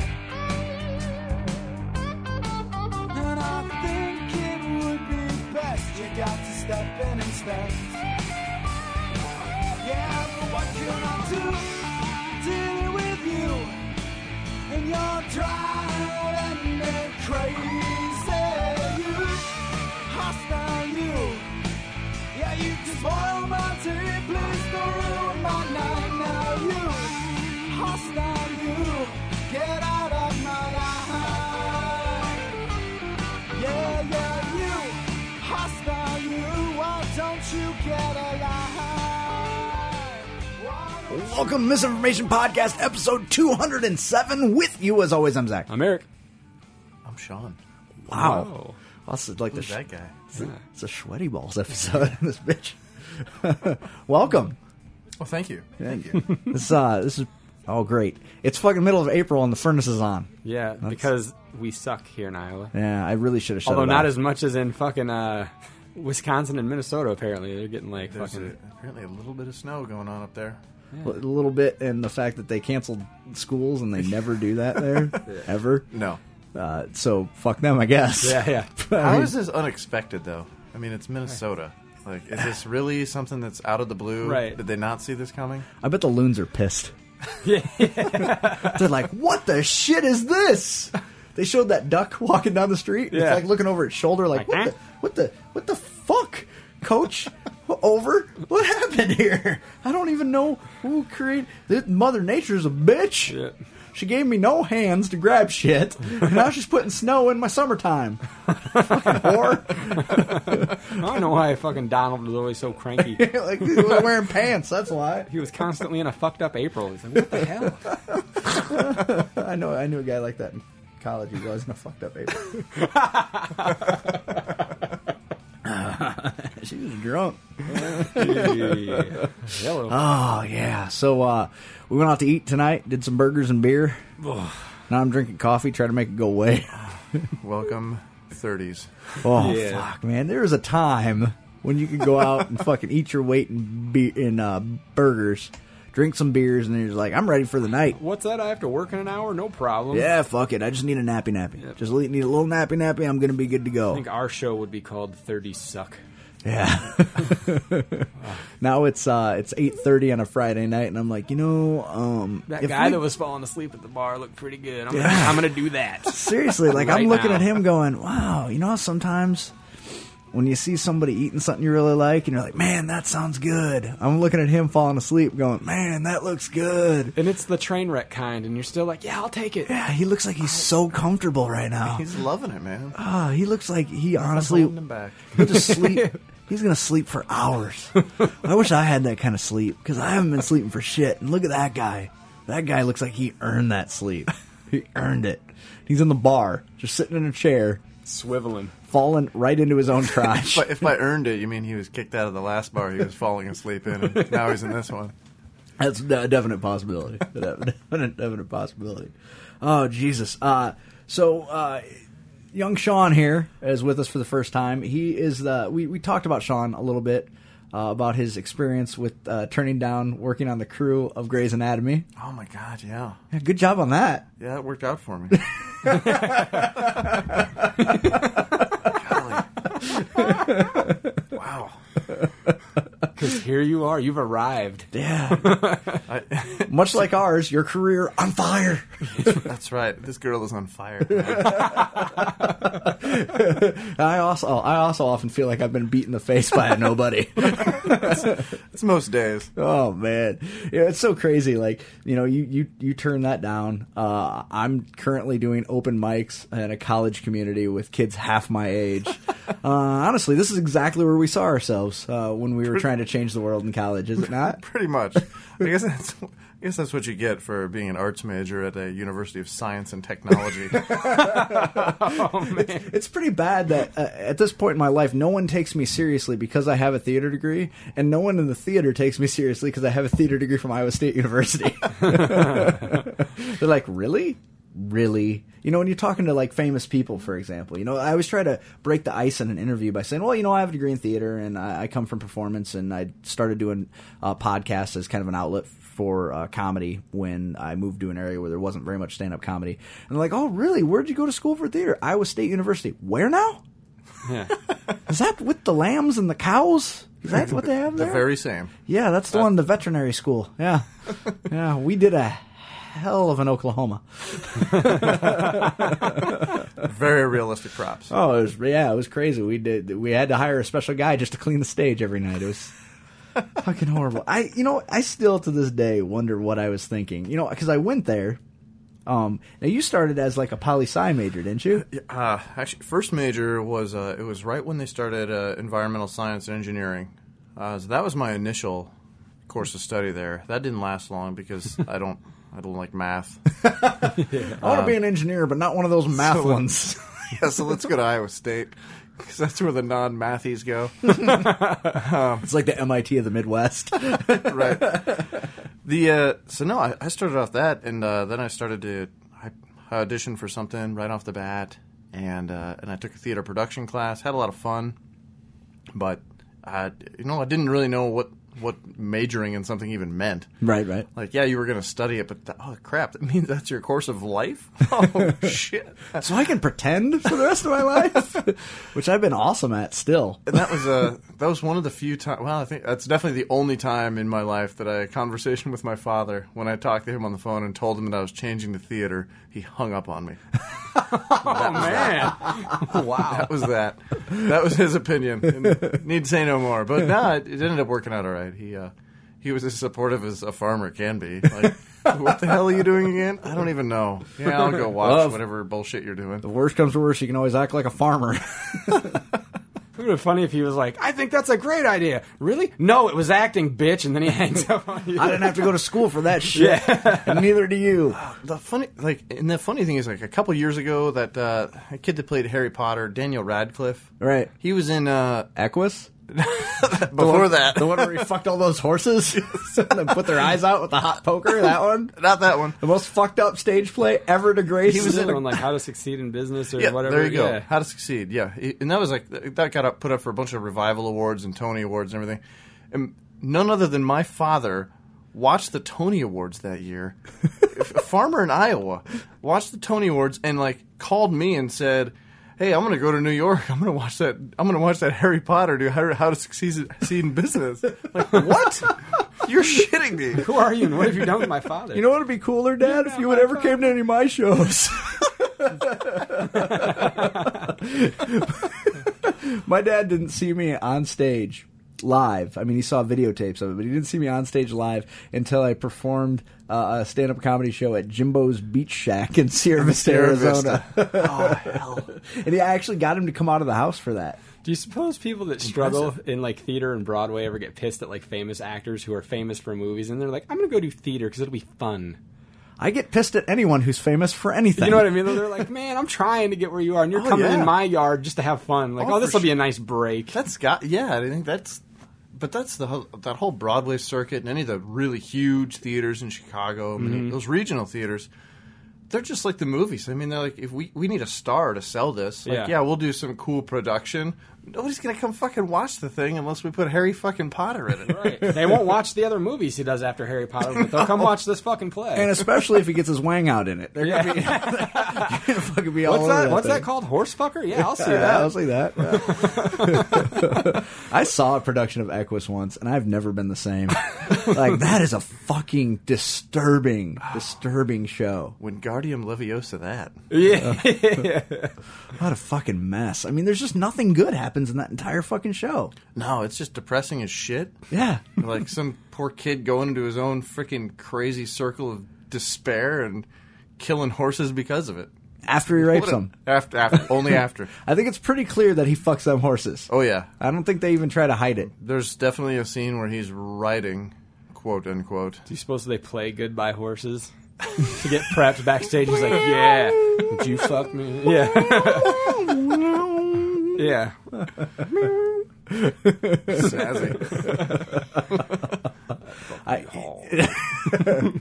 And I think it would be best you got to step in and inspect. Yeah, but what can I do dealing with you and your driving me crazy? You hostile, you. Yeah, you can spoil my day, please don't ruin my night. Now you hostile, you. Get out of my life. Yeah, yeah, you hostile, you. Why don't you get alive? Why don't Welcome to Misinformation Podcast, episode 207. With you, as always, I'm Zach. I'm Eric. I'm Sean. Wow. Wow. That's like the Who's sh- that guy? It's a- It's a sweaty balls episode in this bitch. Welcome. Well, thank you. Thank you. This uh this is oh great. It's fucking middle of April and the furnace is on. Yeah, because we suck here in Iowa. Yeah, I really should have shut Although it not off. as much as in fucking uh, Wisconsin and Minnesota. Apparently, they're getting like There's a, fucking. apparently a little bit of snow going on up there. a little bit and the fact that they canceled schools and they never do that there ever. No. Uh, so fuck them, I guess. Yeah, yeah. I How mean, is this unexpected, though? I mean, it's Minnesota. Like, is this really something that's out of the blue? Right. Did they not see this coming? I bet the loons are pissed. They're like, what the shit is this? They showed that duck walking down the street. Yeah. It's like looking over its shoulder, like, Like, what, huh? the, what the, what the fuck, coach? over? What happened here? I don't even know who created. This Mother Nature's a bitch. Yeah. She gave me no hands to grab shit. and now she's putting snow in my summertime. Fucking whore. I don't know why fucking Donald was always so cranky. like, we're wearing pants. That's why. he was constantly in a fucked up April. He's like, what the hell? I know. I knew a guy like that in college. He was in a fucked up April. she was drunk. Yeah. Uh, Hello. Oh yeah. So uh, we went out to eat tonight. Did some burgers and beer. Now I'm drinking coffee. Try to make it go away. Welcome, 30s. Oh Yeah. fuck, man. There was a time when you could go out and fucking eat your weight in be- in uh, burgers, drink some beers, and then you're like, I'm ready for the night. What's that? I have to work in an hour? No problem. Yeah, fuck it. I just need a nappy nappy. Yep. Just le- need a little nappy nappy. I'm gonna be good to go. I think our show would be called 30 Suck. Yeah. now it's uh it's eight thirty on a Friday night, and I'm like, you know, um, That if guy we- that was falling asleep at the bar looked pretty good. I'm, gonna, I'm gonna do that. seriously like Right I'm looking now. at him going, wow, you know, how sometimes when you see somebody eating something you really like, and you're like, man, that sounds good. I'm looking at him falling asleep, going, man, that looks good. And it's the train wreck kind, and you're still like, yeah, I'll take it. Yeah, he looks like he's so comfortable right now. He's loving it, man. Ah, he looks like he honestly Holding him back. He'll just sleep. He's gonna sleep for hours. I wish I had that kind of sleep because I haven't been sleeping for shit. And look at that guy. That guy looks like he earned that sleep. He earned it. He's in the bar, just sitting in a chair, Swiveling. falling right into his own crotch. But if I earned it, you mean he was kicked out of the last bar he was falling asleep in, and now he's in this one. That's a definite possibility. A definite, definite possibility. Oh Jesus! Uh, so uh, young Sean here is with us for the first time. He is the we we talked about Sean a little bit uh, about his experience with uh, turning down working on the crew of Grey's Anatomy. Oh my god, yeah. Yeah, good job on that. Yeah, it worked out for me. Golly. Wow. Because here you are. You've arrived. Yeah. I, Much like ours, your career on fire. that's right. This girl is on fire. I also I also often feel like I've been beat in the face by a nobody. It's most days. oh man, yeah, it's so crazy. Like you know, you you you turn that down. Uh, I'm currently doing open mics in a college community with kids half my age. uh, honestly, this is exactly where we saw ourselves uh, when we were trying to change the world in college. Is it not? Pretty much. I guess that's. I guess that's what you get for being an arts major at a University of Science and Technology. It's pretty bad that uh, at this point in my life, no one takes me seriously because I have a theater degree, and no one in the theater takes me seriously because I have a theater degree from Iowa State University. They're like, really? Really? You know, when you're talking to like famous people, for example, you know, I always try to break the ice in an interview by saying, well, you know, I have a degree in theater and I, I come from performance and I started doing uh, podcasts as kind of an outlet for uh, comedy when I moved to an area where there wasn't very much stand up comedy. And they're like, oh, really? Where'd you go to school for theater? Iowa State University. Where now? Yeah. Oh, Is that with the lambs and the cows? Is that what they have the there? very same. Yeah, that's the one, the veterinary school. Yeah. yeah, we did a hell of an Oklahoma. Very realistic props. Oh, it was yeah, it was crazy. We did we had to hire a special guy just to clean the stage every night. It was fucking horrible. I you know, I still to this day wonder what I was thinking. You know, cuz I went there um now you started as like a poli sci major, didn't you? Uh, actually, first major was uh, it was right when they started uh, environmental science and engineering. Uh, so that was my initial course of study there. That didn't last long because I don't I don't like math. I want to be an engineer, but not one of those math so- ones. yeah, so let's go to Iowa State because that's where the non-mathies go. It's like the MIT of the Midwest. right. The uh, so no, I, I started off that, and uh, then I started to I audition for something right off the bat, and uh, and I took a theater production class. Had a lot of fun, but I, you know I didn't really know what what majoring in something even meant. right, right. Like yeah, you were going to study it, but th- oh crap, that means that's your course of life. Oh shit. so I can pretend for the rest of my life, which I've been awesome at still. And that was uh, that was one of the few times. Well, I think that's definitely the only time in my life that I had a conversation with my father when I talked to him on the phone and told him that I was changing the theater. He hung up on me. Oh, man. wow. That was that. that was his opinion. And need say no more. But no, it, it ended up working out all right. He uh, he was as supportive as a farmer can be. Like, what the hell are you doing again? I don't even know. Yeah, I'll go watch Love. whatever bullshit you're doing. Worst comes to worst, you can always act like a farmer. It would have been funny if he was like, I think that's a great idea. Really? No, it was acting, bitch. And then he hangs up on you. I didn't have to go to school for that shit. And neither do you. the funny like and the funny thing is like a couple years ago that uh, a kid that played Harry Potter, Daniel Radcliffe. Right. He was in uh Equus? before that. The one where he fucked all those horses and then put their eyes out with a hot poker, that one? Not that one. The most fucked up stage play ever to grace. He was in- on like how to succeed in business or Yeah, whatever. there you go. Yeah. How to succeed. Yeah, He- and that was like that got up, put up for a bunch of revival awards and Tony awards and everything. And none other than my father watched the Tony Awards that year. a farmer in Iowa watched the Tony Awards and like called me and said. Hey, I'm gonna go to New York. I'm gonna watch that. I'm gonna watch that Harry Potter do how, how to succeed, succeed in business. Like what? You're shitting me. Who are you and what have you done with my father? You know what would be cooler, Dad, if you would ever came to any of my shows. my dad didn't see me on stage live. I mean, he saw videotapes of it, but he didn't see me on stage live until I performed uh, a stand-up comedy show at Jimbo's Beach Shack in Sierra Vista, Sierra Arizona. Vista. oh hell! And he I actually got him to come out of the house for that. Do you suppose people that struggle in like theater and Broadway ever get pissed at like famous actors who are famous for movies and they're like, I'm going to go do theater because it'll be fun? I get pissed at anyone who's famous for anything. You know what I mean? They're like, man, I'm trying to get where you are and you're Oh, coming yeah. in my yard just to have fun. Like, Oh, oh, for this will be sure. a nice break. That's got yeah. I think that's, but that's the whole, that whole Broadway circuit and any of the really huge theaters in Chicago, I mean, Mm-hmm. those regional theaters. They're just like the movies. I mean, they're like if we we need a star to sell this. Like, Yeah. yeah. we'll do some cool production, nobody's gonna come fucking watch the thing unless we put Harry fucking Potter in it. Right. They won't watch the other movies he does after Harry Potter, but they'll come watch this fucking play. and especially if he gets his wang out in it. They're gonna be, they're gonna fucking be all what's over that? what's that thing. called? Horsefucker? Yeah, I'll see Yeah, that. I'll see that. Yeah. I saw a production of Equus once, and I've never been the same. like that is a fucking disturbing, disturbing show. When Guardium Leviosa that. Yeah. What a fucking mess. I mean, there's just nothing good happens in that entire fucking show. No, it's just depressing as shit. Yeah. like some poor kid going into his own freaking crazy circle of despair and killing horses because of it. After he rapes What a- them. after, after, only after. I think it's pretty clear that he fucks them horses. Oh yeah, I don't think they even try to hide it. there's definitely a scene where he's riding, quote unquote. Do you suppose they play Goodbye Horses to get prepped backstage? He's like, yeah, would you fuck me? Yeah. yeah. Snazzy. I,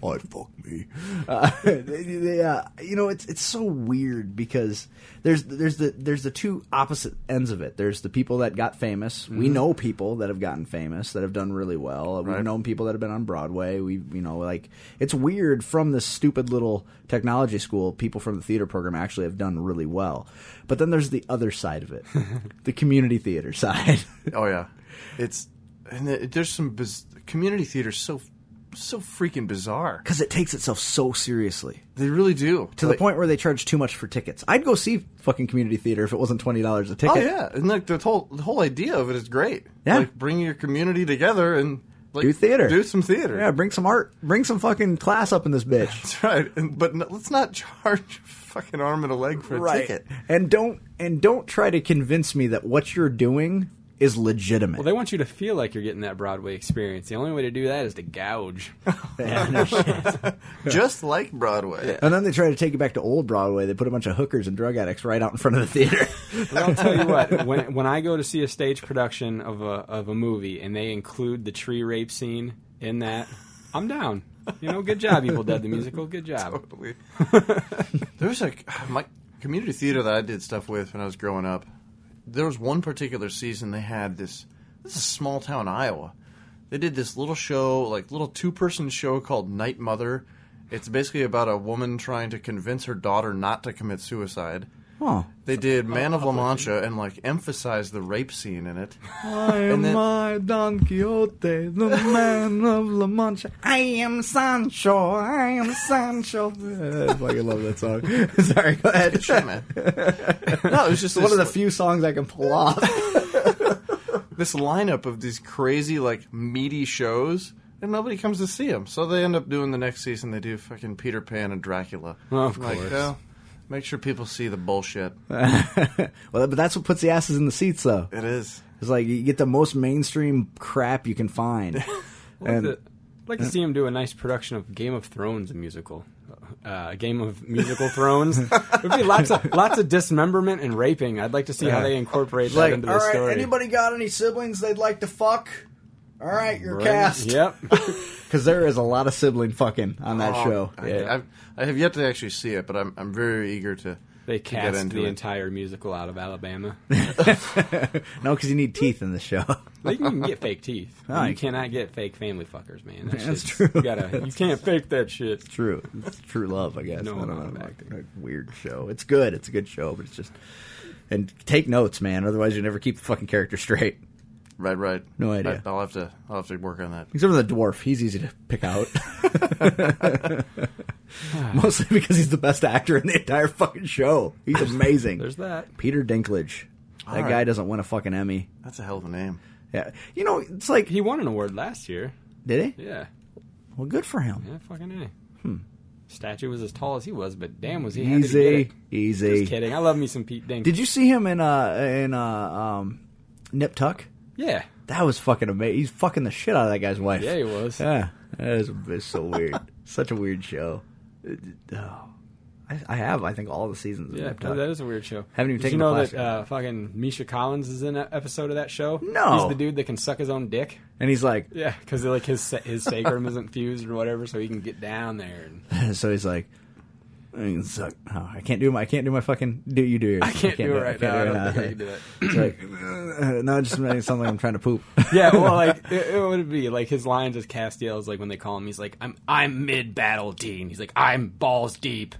oh, fuck me. Uh, they, they, uh, you know, it's it's so weird because there's there's the there's the two opposite ends of it. There's the people that got famous. We know people that have gotten famous that have done really well. Uh, We've Mm-hmm. Right. known people that have been on Broadway. We you know like it's weird from this stupid little technology school. People from the theater program actually have done really well. But then there's the other side of it, the community theater side. Oh yeah, it's and it, there's some biz- community theater so so freaking bizarre. Because it takes itself so seriously. They really do to the Like- point where they charge too much for tickets. I'd go see fucking community theater if it wasn't twenty dollars a ticket. Oh yeah, and like the whole the whole idea of it is great. Yeah. like bring your community together and like, do theater, do some theater. Yeah, bring some art, bring some fucking class up in this bitch. That's right. And, but no, let's not charge a fucking arm and a leg for a ticket. and don't and don't try to convince me that what you're doing is legitimate. Well, they want you to feel like you're getting that Broadway experience. The only way to do that is to gouge. Yeah, no shit. Just like Broadway. and then they try to take you back to old Broadway. They put a bunch of hookers and drug addicts right out in front of the theater. But I'll tell you what, when, when I go to see a stage production of a, of a movie and they include the tree rape scene in that, I'm down. You know, good job, Evil Dead, the musical. Good job. Totally. there was a my community theater that I did stuff with when I was growing up. There was one particular season they had this. This is small town Iowa. They did this little show, like little two person show called Night Mother. It's basically about a woman trying to convince her daughter not to commit suicide. oh, They did Man of La Mancha and like emphasized the rape scene in it. I am then- my Don Quixote, the man of La Mancha. I am Sancho. I am Sancho. I fucking love that song. Sorry, go ahead. Sure, man. No, it was just It's one of this- the few songs I can pull off. this lineup of these crazy like meaty shows and nobody comes to see them so they end up doing the next season they do fucking peter pan and dracula Of I'm like, course. "Well, make sure people see the bullshit well, but that's what puts the asses in the seats, though. it is It's like you get the most mainstream crap you can find. I'd And like to see him do a nice production of Game of Thrones, a musical. Uh, a game of musical thrones. There'd be lots of lots of dismemberment and raping. I'd like to see how they incorporate that like, into all the right, story. anybody got any siblings they'd like to fuck? All right, you're Right? cast. Yep. Because there is a lot of sibling fucking on that Oh, show. I, Yeah. I've, I have yet to actually see it but i'm, I'm very eager to They to get cast into the it. entire musical out of Alabama. No, because you need teeth in the show. Like you can get fake teeth. Aye. You cannot get fake family fuckers, man. That That's shit's- true. You gotta. You can't fake that shit. true. It's true love, I guess. No I don't amount know. of acting. Like, Weird show. It's good. It's a good show, but it's just. And take notes, man. Otherwise, you never keep the fucking character straight. right right No idea. I, will have to i'll have to work on that Except for the dwarf. He's easy to pick out. Mostly because he's the best actor in the entire fucking show. He's amazing. There's that. Peter Dinklage. That right. guy doesn't win a fucking Emmy. that's a hell of a name Yeah. You know, it's like. He won an award last year. Did he? Yeah. Well, good for him. Yeah. Fucking a. Hmm. Statue was as tall as he was, but damn, was he happy to get Easy. it. Easy. Just kidding. I love me some Pete Dink. Did you see him in uh in uh um Nip Tuck? Yeah. That was fucking amazing. He's fucking the shit out of that guy's wife. Yeah, he was. Yeah, that is it's so weird. Such a weird show. It- it- oh. I, I have, I think, all the seasons. of Yeah, Nip Tuck. that is a weird show. Haven't even Did taken you the know class that yet. uh, fucking Misha Collins is in an episode of that show? No. he's the dude that can suck his own dick. and he's like, Yeah, because like his sa- his sacrum isn't fused or whatever, so he can get down there. And so he's like, I can suck. Oh, I can't do my. I can't do my fucking. Do you do yours? I can't, do it right now. I don't can't think I do it can do it. right now. It's like uh, now it just making it sound like I'm trying to poop. Yeah, well, like it, it would be like his lines as Castiel is like when they call him, he's like, "I'm I'm mid battle, Dean." He's like, "I'm balls deep."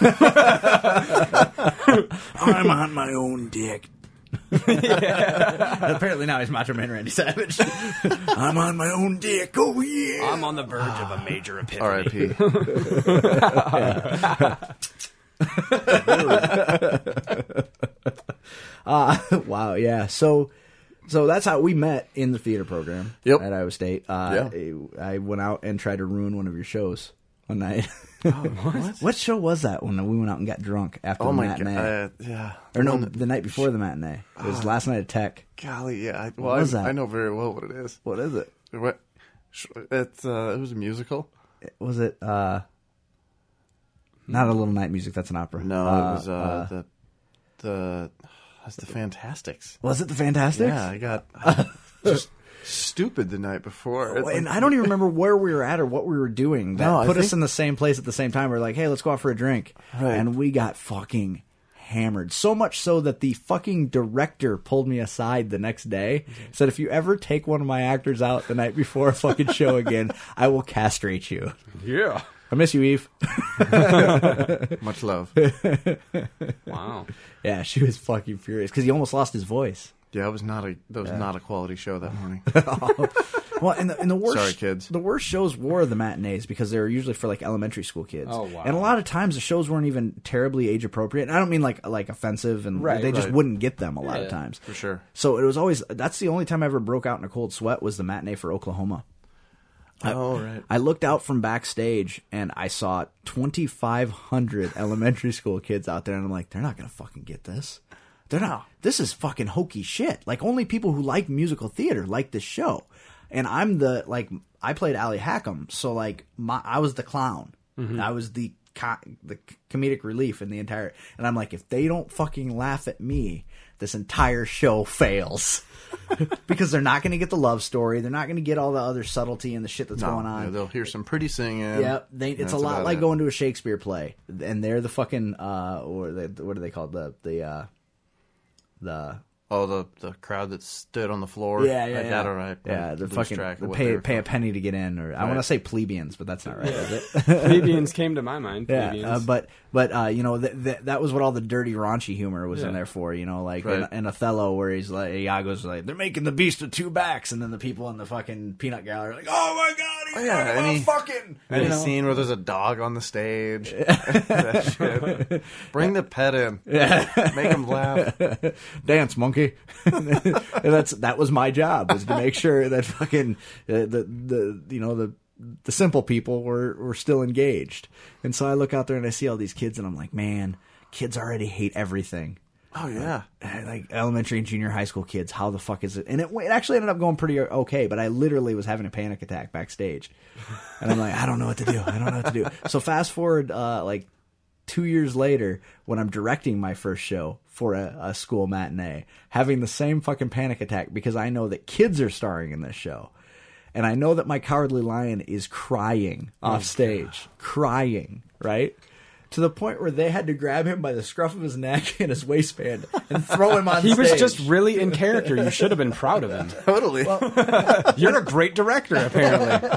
I'm on my own dick. Apparently now he's Macho Man Randy Savage. I'm on my own dick. Oh yeah. I'm on the verge of a major epiphany. R.I.P. wow. Yeah. So, so that's how we met in the theater program Yep. at Iowa State. Uh, I went out and tried to ruin one of your shows one night. what? show was that when we went out and got drunk after Oh the my god! Ah. matinee? Uh, yeah. or no, the night before the matinee. It was last night at Tech. Golly, yeah. I, well, What was I, that? I know very well what it is. What is it? What? sh- It's uh, it was a musical. Was it? uh Not a little night music. That's an opera. Uh, No, it was uh, the the that's the Fantastics. was it the Fantastics? Yeah, I got I just stupid the night before. It's and like- I don't even remember where we were at or what we were doing. That No, I put us think- in the same place at the same time. We are like, hey, let's go out for a drink, Right. and we got fucking hammered. So much so that the fucking director pulled me aside the next day, said, if you ever take one of my actors out the night before a fucking show again, I will castrate you. Yeah. I miss you, Eve. much love. Wow. yeah, she was fucking furious because he almost lost his voice. Yeah, it was not a that was not a quality show that morning. Well, and the, and the worst Sorry, kids. The worst shows were the matinees because they were usually for like elementary school kids. Oh, wow. And a lot of times the shows weren't even terribly age appropriate. And I don't mean like like offensive, and Right, they just right. wouldn't get them a lot of Yeah, times for sure. So it was always that's the only time I ever broke out in a cold sweat was the matinee for Oklahoma. oh right. I looked out from backstage and I saw 2,500 elementary school kids out there, and I'm like, they're not gonna fucking get this. They're not. This is fucking hokey shit. Like only people who like musical theater like this show, and I'm the like I played Ally Hackham, so like my I was the clown. Mm-hmm. I was the co- the comedic relief in the entire. And I'm like, if they don't fucking laugh at me, this entire show fails. because they're not going to get the love story. They're not going to get all the other subtlety and the shit that's No, going on. yeah, they'll hear some pretty singing. Yep, they, it's That's a lot about like it. going to a Shakespeare play, and they're the fucking uh, or the, what are they called the the uh, the Oh, the the crowd that stood on the floor. yeah yeah I yeah, got it right. yeah I the lose fucking track of the what they pay were pay a called. penny to get in or I want to Right. say plebeians but that's not right is it Plebeians came to my mind. Yeah, uh, Plebeians. but but uh, you know th- th- that was what all the dirty raunchy humor was in Yeah. there for. You know, like Right. in, in Othello, where he's like Iago's like they're making the beast with two backs, and then the people in the fucking peanut gallery are like, oh my god, he's Oh, yeah, talking any- about fucking. Any you know? scene where there's a dog on the stage? That shit. Bring the pet in. Make him laugh. dance monkey. And that's that was my job was to make sure that fucking uh, the the you know the the simple people were were still engaged. And so I look out there and I see all these kids and I'm like, man, kids already hate everything. Oh yeah. Like elementary and junior high school kids, how the fuck is it? And it, it actually ended up going pretty okay, but I literally was having a panic attack backstage, and I'm like, I don't know what to do. I don't know what to do. So fast forward, uh, like two years later when I'm directing my first show for a, a school matinee, having the same fucking panic attack because I know that kids are starring in this show. And I know that my cowardly lion is crying Oh, off stage, crying, right? To the point where they had to grab him by the scruff of his neck and his waistband and throw him on he stage. was just really in character. You should have been proud of him. Totally. You're a great director, apparently.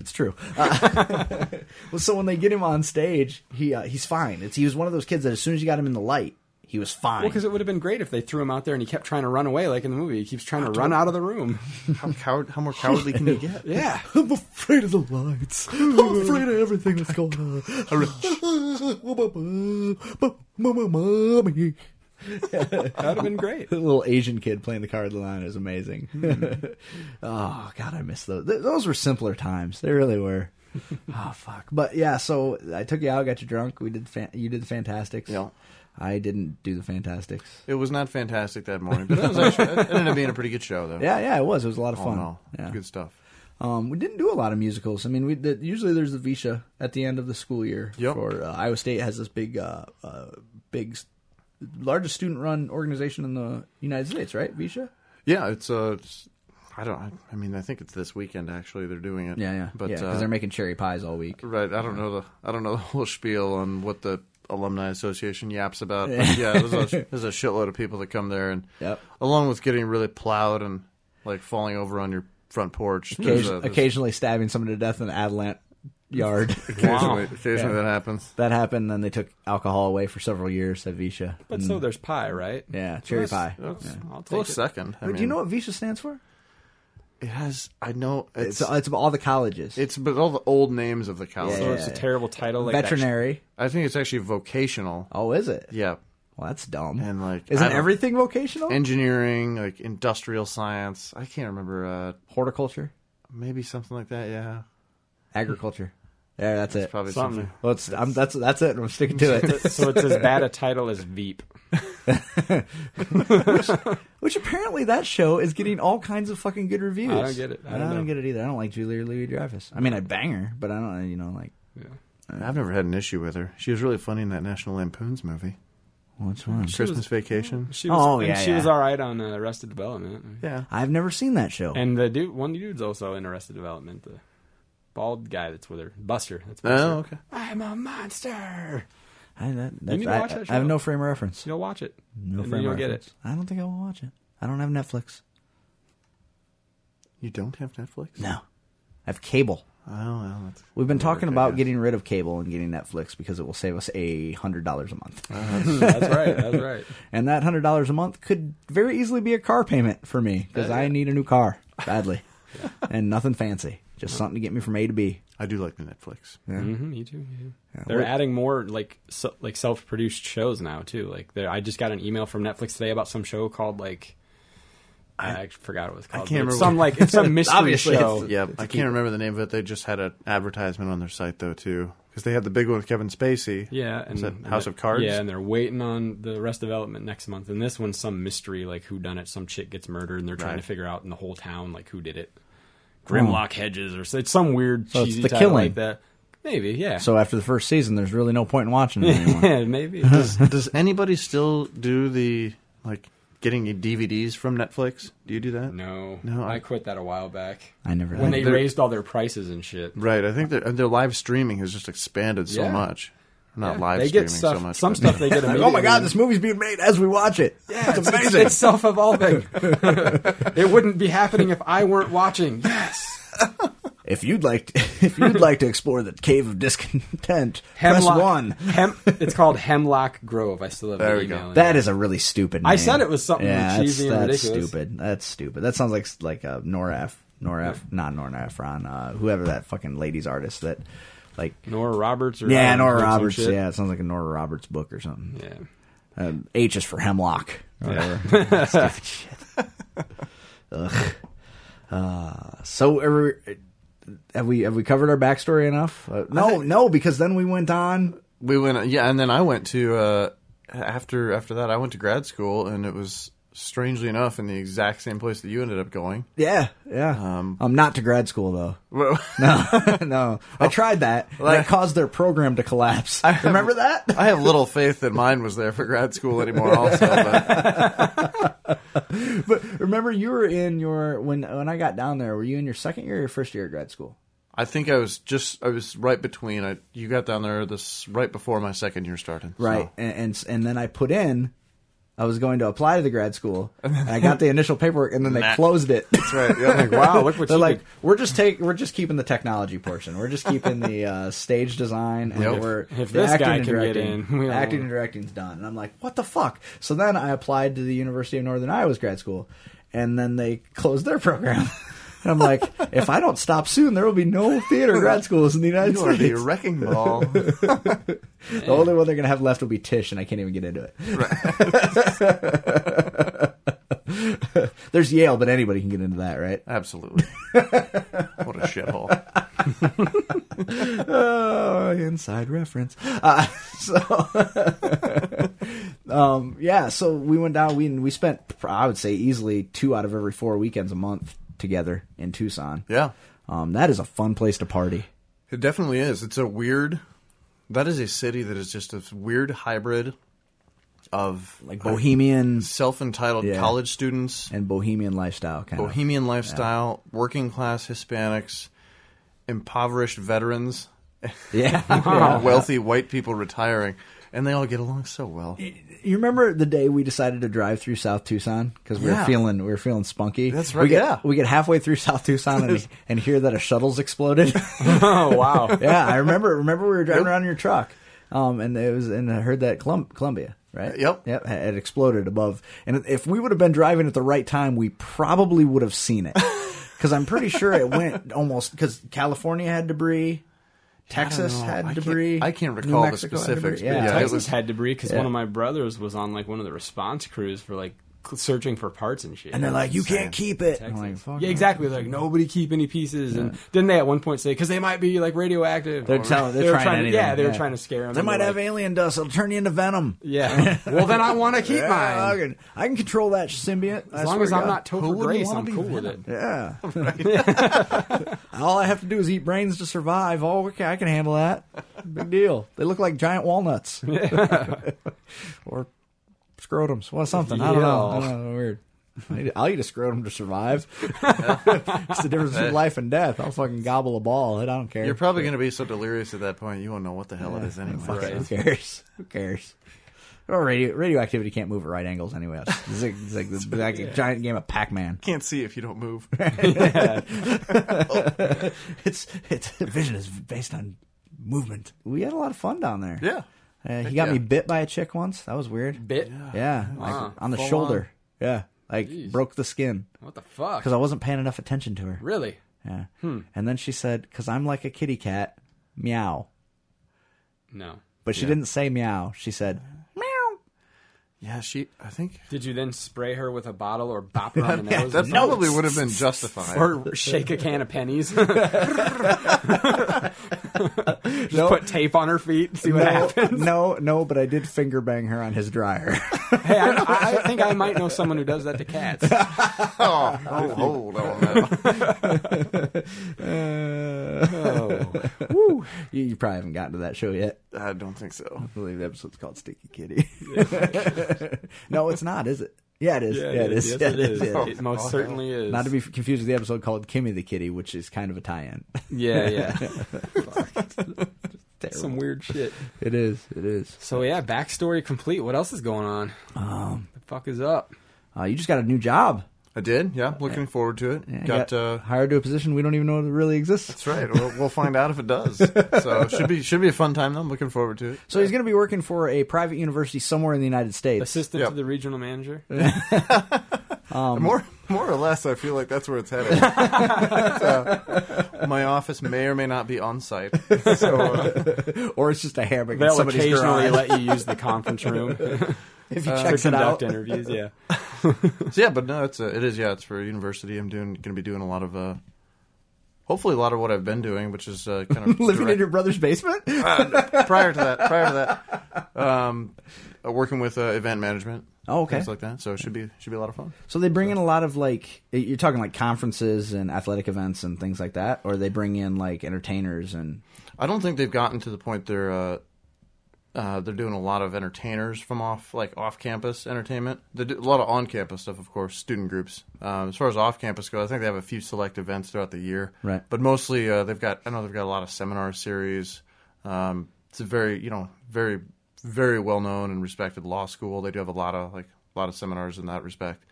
It's true. Uh, well, so when they get him on stage, he uh, he's fine. It's, he was one of those kids that as soon as you got him in the light, he was fine. Because it would have been great if they threw him out there and he kept trying to run away, like in the movie. He keeps trying to run out of the room. how, coward, how more cowardly can you get? Yeah. I'm afraid of the lights. I'm Oh, afraid of everything that's going on. Mommy. That would have been great. The little Asian kid playing the card line is amazing. Hmm. oh God, I miss those. Th- those were simpler times. They really were. oh fuck. But yeah, so I took you out, got you drunk. We did. Fan- you did the Fantastics. Yeah. I didn't do the Fantastics. It was not fantastic that morning, but it was actually it ended up being a pretty good show though. Yeah, yeah, it was. It was a lot of All fun. in all, Yeah. Oh, good stuff. Um, we didn't do a lot of musicals. I mean, we the, usually there's the Visha at the end of the school year. Yep. For uh, Iowa State has this big, uh, uh, big, s- largest student-run organization in the United States, right? Visha. Yeah, it's uh, it's- I don't. I, I mean, I think it's this weekend. Actually, they're doing it. Yeah, yeah, But yeah, because uh, they're making cherry pies all week. right. I don't know the. I don't know the whole spiel on what the alumni association yaps about. But yeah, there's a, there's a shitload of people that come there, and Yep. along with getting really plowed and like falling over on your front porch, there's Occasion- a- there's- occasionally stabbing someone to death in the Adelant yard. occasionally, Wow. occasionally Yeah. that happens. that happened. Then they took alcohol away for several years at Visha. But so there's pie, right? yeah, cherry pie. That's I'll take close it. second. But I do you mean, know what Visha stands for? It has. I know It's uh, it's it's all the colleges. it's but all the old names of the college. So Oh, it's a terrible title. Like that veterinary. I think it's actually vocational. Oh, is it? Yeah, Well, that's dumb. And, like, I isn't don't- everything vocational? engineering, like industrial science. I can't remember. Uh, Horticulture, maybe something like that. Yeah, agriculture. Yeah, that's it. probably something. Something. Well, it's, I'm, that's that's it. I'm sticking to it. so it's as bad a title as Veep. Which apparently that show is getting all kinds of fucking good reviews. I don't get it. I don't know. get it either. I don't like Julia Louis Dreyfus. I mean, I bang her, but I don't. You know, like I've never had an issue with her. She was really funny in that National Lampoon's movie, which one? Christmas Vacation. She was, Oh, and yeah, she yeah. was all right on uh, Arrested Development. Yeah, I've never seen that show. And the dude, one dude's also in Arrested Development. The bald guy that's with her, Buster. That's Buster. Oh, okay. I'm a monster. I, that, You that's, need to watch I, that I have show. no frame of reference. You'll watch it. No and frame then you'll of get reference. it. I don't think I will watch it. I don't have Netflix. You don't have Netflix? No, I have cable. Oh well, that's, We've been talking I about guess. getting rid of cable and getting Netflix because it will save us a hundred dollars a month, That's right. That's right. and that hundred dollars a month could very easily be a car payment for me because I need a new car badly, and nothing fancy, just something to get me from A to B. I do like the Netflix. hmm you too. You too. They're adding more like so, like self produced shows now too. Like there, I just got an email from Netflix today about some show called like. I, forgot what it was called. can't but it's remember some like it's some mystery Obviously, it's- show. Yeah, I can't remember the name of it. They just had an advertisement on their site though too, because they had the big one with Kevin Spacey. Yeah, and Is that and House the- of Cards? Yeah, and they're waiting on the rest development next month. And this one's some mystery, like who done it. Some chick gets murdered, and they're trying Right. Hmm. to figure out in the whole town like who did it. Grimlock Hedges, or so- it's some weird So it's cheesy The title Killing. like that. Maybe, yeah. So after the first season, there's really no point in watching it anymore. yeah, maybe. Just- Does anybody still do the like getting your DVDs from Netflix? Do you do that? no, No, I- I quit that a while back I never. when they did. raised all their prices and shit. Right. I think their their live streaming has just expanded so Yeah. much. Not Yeah, live they streaming get stuff, so much. Some but- stuff they get. oh my god, immediately. this movie's being made as we watch it. Yeah, it's It's- amazing. It's self evolving. it wouldn't be happening if I weren't watching. Yes. If you'd like, to, if you'd like to explore the cave of discontent, Hemlock. press one. Hem, it's called Hemlock Grove. I still have There the we go. email. in That is a really stupid. Name. I said it was something cheesy that's, and that's ridiculous. stupid. That's stupid. That sounds like like uh, Noraf, Noraf, not Nora Ephron, uh, whoever that fucking lady's artist that, like, Nora Roberts. Or yeah, um, Nora some Roberts. shit. Yeah, it sounds like a Nora Roberts book or something. Yeah. Um, H is for hemlock. Or whatever. stupid shit. Ugh. Uh, so er, have we have we covered our backstory enough? Uh, no, no, because then we went on. we went yeah, and then I went to uh after after that I went to grad school and it was strangely enough in the exact same place that you ended up going. Yeah, yeah. Um, not to grad school though. Well, No, no. I tried that. and it caused their program to collapse. Remember that? I have little faith that mine was there for grad school anymore also, but But remember, you were in your when when I got down there. Were you in your second year or your first year of grad school? I think I was just I was right between I you got down there this right before my second year started. so. Right, and, and and then I put in. I was going to apply to the grad school, and I got the initial paperwork, and then they Nah. closed it. That's right. Yeah, I'm like, wow. Wow, look what They're you like, did. we're just take, we're just keeping the technology portion. We're just keeping the uh, stage design, and Yep. we're If the this acting guy and can get directing, in, we all- acting and directing's done. And I'm like, what the fuck? So then I applied to the University of Northern Iowa's grad school, and then they closed their program. And I'm like, if I don't stop soon, there will be no theater grad schools in the United You are the States. wrecking ball. The only one they're gonna have left will be Tish, and I can't even get into it. There's Yale, but anybody can get into that, right? Absolutely. What a shithole. Oh, inside reference. Uh, so, um, yeah. So we went down. We we spent, I would say, easily two out of every four weekends a month together in Tucson. Yeah. Um, that is a fun place to party. It definitely is. It's a weird. That is a city that is just a weird hybrid of like Bohemian self entitled Yeah. college students, and Bohemian lifestyle kind of. bohemian lifestyle, working class Hispanics, impoverished veterans, Oh, Yeah. and wealthy white people retiring, and they all get along so well. You remember the day we decided to drive through South Tucson because we were Yeah. feeling we were feeling spunky. That's We right, get, yeah. we get halfway through South Tucson and, and hear that a shuttle's exploded. Oh wow. yeah, I remember. Remember we were driving around in your truck, um, and it was and I heard that Colum- Columbia, right? Yep. yep, ha- it exploded above. And if we would have been driving at the right time, we probably would have seen it because I'm pretty sure it went almost because California had debris. Texas know. I had can't- debris. I can't New recall the Mexico had specifics, debris. but yeah, it Texas was- had debris because Yeah. one of my brothers was on like one of the response crews for like cl- searching for parts and shit. and they're like, "You can't keep it." I'm like, Texas. "Fuck yeah, no." exactly. Like nobody keep any pieces, and didn't they at one point say because they might be like radioactive? They're or- telling- they're they were trying to, anything, yeah, they were yeah. trying to scare them. They might have alien dust. It'll turn you into venom. yeah. well, then I want to keep Yeah, I, mine can, I can control that symbiote. as long as I'm not Topher wouldn't Grace. wanna I'm be cool with it. Venom? Yeah. All I have to do is eat brains to survive. Oh, okay, I can handle that. Big deal. They look like giant walnuts. or scrotums. Well, something. I don't know. I don't know. Weird. I eat- I'll eat a scrotum to survive. it's the difference between life and death. I'll fucking gobble a ball. I don't care. You're probably going to be so delirious at that point, you won't know what the hell it is anyway. Fuck it, Who cares? Who cares? Well, radio, radioactivity can't move at right angles anyway. It's, like- it's like, it's like a giant game of Pac-Man. Can't see if you don't move. It's it's vision is based on movement. We had a lot of fun down there. yeah. Uh, he Heck got yeah. me bit by a chick once. That was weird. Bit. Yeah, like Wow. on the Full shoulder. Yeah, like Jeez. broke the skin What the fuck? because I wasn't paying enough attention to her. really? Yeah. And then she said, "Cause I'm like a kitty cat, meow." No. But she didn't say meow. She said meow. Yeah, she, I think. Did you then spray her with a bottle or bop her on the Yeah, nose? that probably would have been justified. or shake a can of pennies. Just put tape on her feet, see what happens. no, no. But I did finger bang her on his dryer. Hey, I, I I think I might know someone who does that to cats. oh, oh, hold on. Oh. Uh, Woo. You, you probably haven't gotten to that show yet. I don't think so. I believe the episode's called Sticky Kitty. no, it's not, is it? Yeah, it is. Yeah, it is. Yeah, it is. Yeah, it is. It Oh. most certainly is. Not to be confused with the episode called Kimmy the Kitty, which is kind of a tie-in. yeah, yeah. Terrible. Some weird shit. It is. It is. So yeah, backstory complete. What else is going on? Um, the fuck is up? Uh, you just got a new job. I did, yeah. Looking forward to it. You got, uh, hired to a position we don't even know really exists. that's right. We'll, we'll find out if it does. So should be should be a fun time. though. I'm looking forward to it. So he's going to be working for a private university somewhere in the United States. Assistant Yep. to the regional manager. more more or less, I feel like that's where it's headed. But, uh, my office may or may not be on site. So uh, or it's just a hammock in They'll somebody's occasionally garage. let you use the conference room to if he checks it out. Uh, conduct interviews. Yeah. so, yeah, but no, it's uh it is yeah. It's for university. I'm doing going to be doing a lot of uh, hopefully a lot of what I've been doing, which is uh, kind of Living in direct- your brother's basement? prior to that, prior to that, um, uh, working with uh, event management. Oh, okay. Things like that. So it should be should be a lot of fun. So they bring in a lot of like eh, you're talking like conferences and athletic events and things like that, or they bring in like entertainers and I don't think they've gotten to the point they're uh, uh, they're doing a lot of entertainers from off like off campus entertainment. They do a lot of on campus stuff, of course, student groups. Um, as far as off campus go, I think they have a few select events throughout the year, Right. But mostly uh, they've got I know they've got a lot of seminar series. Um, it's a very you know very very well known and respected law school. They do have a lot of like a lot of seminars in that respect.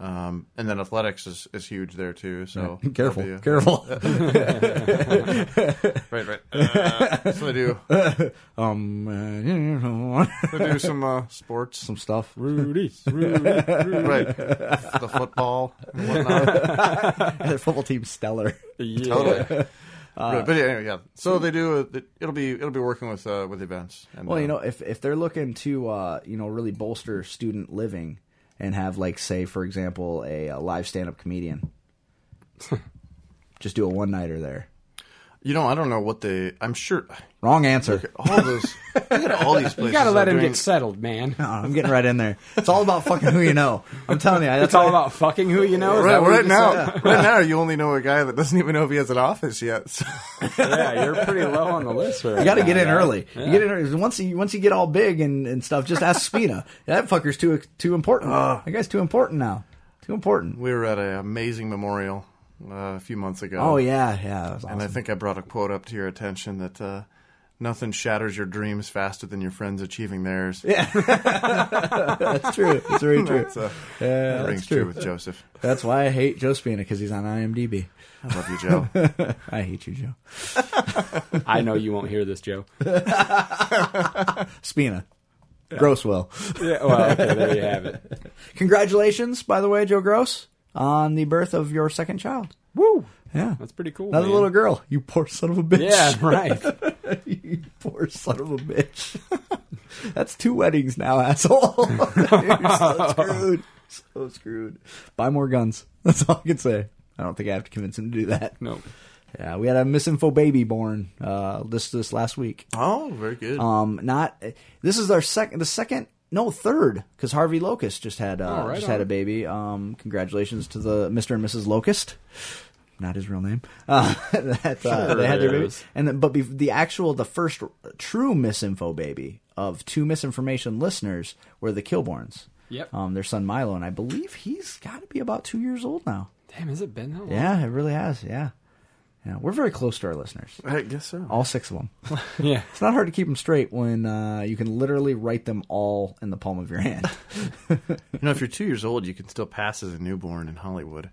Um, and then athletics is, is huge there too. So careful, that'll be a- careful. right, right. Uh, so they do um, uh, they do some uh, sports, some stuff. Rudy, Rudy. right? the football and whatnot. Their football team's stellar. Yeah. Totally. Right, but anyway, yeah. So they do. uh, It'll be it'll be working with uh, with events. And, Well, you uh, know, if if they're looking to uh, you know really bolster student living and have like say for example a, uh live stand up comedian, just do a one nighter there. You know, I don't know what they. I'm sure Wrong answer. all those. look at all these places. You gotta let are him doing- get settled, man. Oh, I'm getting right in there. It's all about fucking who you know. I'm telling you. That's It's all why- about fucking who you know. Is Right, that what right you just now, right now, you only know a guy that doesn't even know if he has an office yet. So. said? Yeah, you're pretty low on the list. Right You got to get in now, early. Yeah. You get in early. Once you once you get all big and, and stuff, just ask Spina. That fucker's too too important. that guy's too important now. Too important. We were at an amazing memorial uh, a few months ago. Oh yeah, yeah. That was awesome. And I think I brought a quote up to your attention that uh, nothing shatters your dreams faster than your friends achieving theirs. Yeah, That's true. It's very true. that's, uh, Yeah, that rings that's true. true. with Joseph. That's why I hate Joe Spina because he's on IMDb. I love you, Joe. I hate you, Joe I know you won't hear this, Joe. Spina. Grosswell. Yeah, well, okay, there you have it. Congratulations, by the way, Joe Gross, on the birth of your second child. Woo, Yeah, that's pretty cool. another man. little girl. You poor son of a bitch. Yeah, right. you poor son of a bitch. That's two weddings now, asshole. You're so screwed. So screwed. Buy more guns. That's all I can say. I don't think I have to convince him to do that. No, Yeah, we had a misinfo baby born uh, this this last week. oh, very good. Um, not this is our second, the second, no third, because Harvey Locust just had uh, Oh, right just on. had a baby. Um, congratulations to the Mister and Mrs. Locust. Not his real name. Uh, that, uh, Sure they had their there baby, is. and then, but be- the actual, the first true misinfo baby of two misinformation listeners were the Kilborns. Yep. Um, their son Milo, and I believe he's got to be about two years old now. damn, has it been that long? Yeah, it really has. Yeah, yeah. We're very close to our listeners, I guess so. all six of them. yeah. It's not hard to keep them straight when uh, you can literally write them all in the palm of your hand. You know, if you're two years old, you can still pass as a newborn in Hollywood.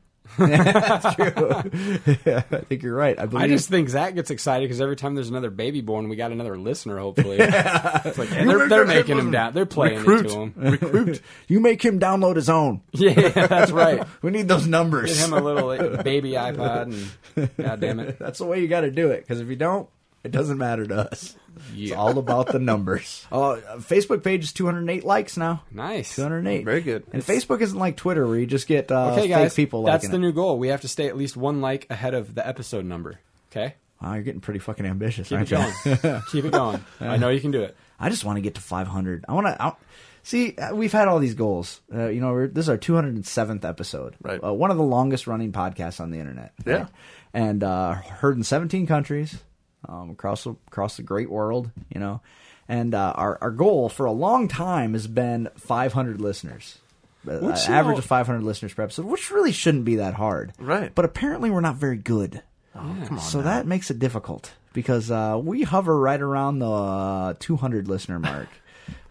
I think you're right. I believe I just think Zach gets excited because every time there's another baby born, we got another listener. Hopefully, It's like, and they're, they're making him down. They're playing it to him. Recruit. you make him download his own. Yeah, that's right. We need those Get numbers. him a little like, baby iPod, and God damn it, That's the way you got to do it. Because if you don't, it doesn't matter to us. It's Yeah. all about the numbers. Uh, Facebook page is 208 likes now. nice. 208. Very good. And Facebook isn't like Twitter where you just get uh, Okay, fake guys, people that's liking the it. new goal. We have to stay at least one like ahead of the episode number. Okay, Wow, Ah, you're getting pretty fucking ambitious, keep it aren't you? going. keep it going. I know you can do it. I just want to get to 500. I want to. I, see, uh, we've had all these goals. Uh, you know, we're, this is our 207th episode. Right. Uh, one of the longest running podcasts on the internet. Yeah. And uh, heard in 17 countries um, across the, across the great world. You know, and uh, our our goal for a long time has been 500 listeners. Uh, Which, an you average know- of 500 listeners per episode, which really shouldn't be that hard. Right. But apparently, we're not very good. So that makes it difficult because uh, we hover right around the uh, 200 listener mark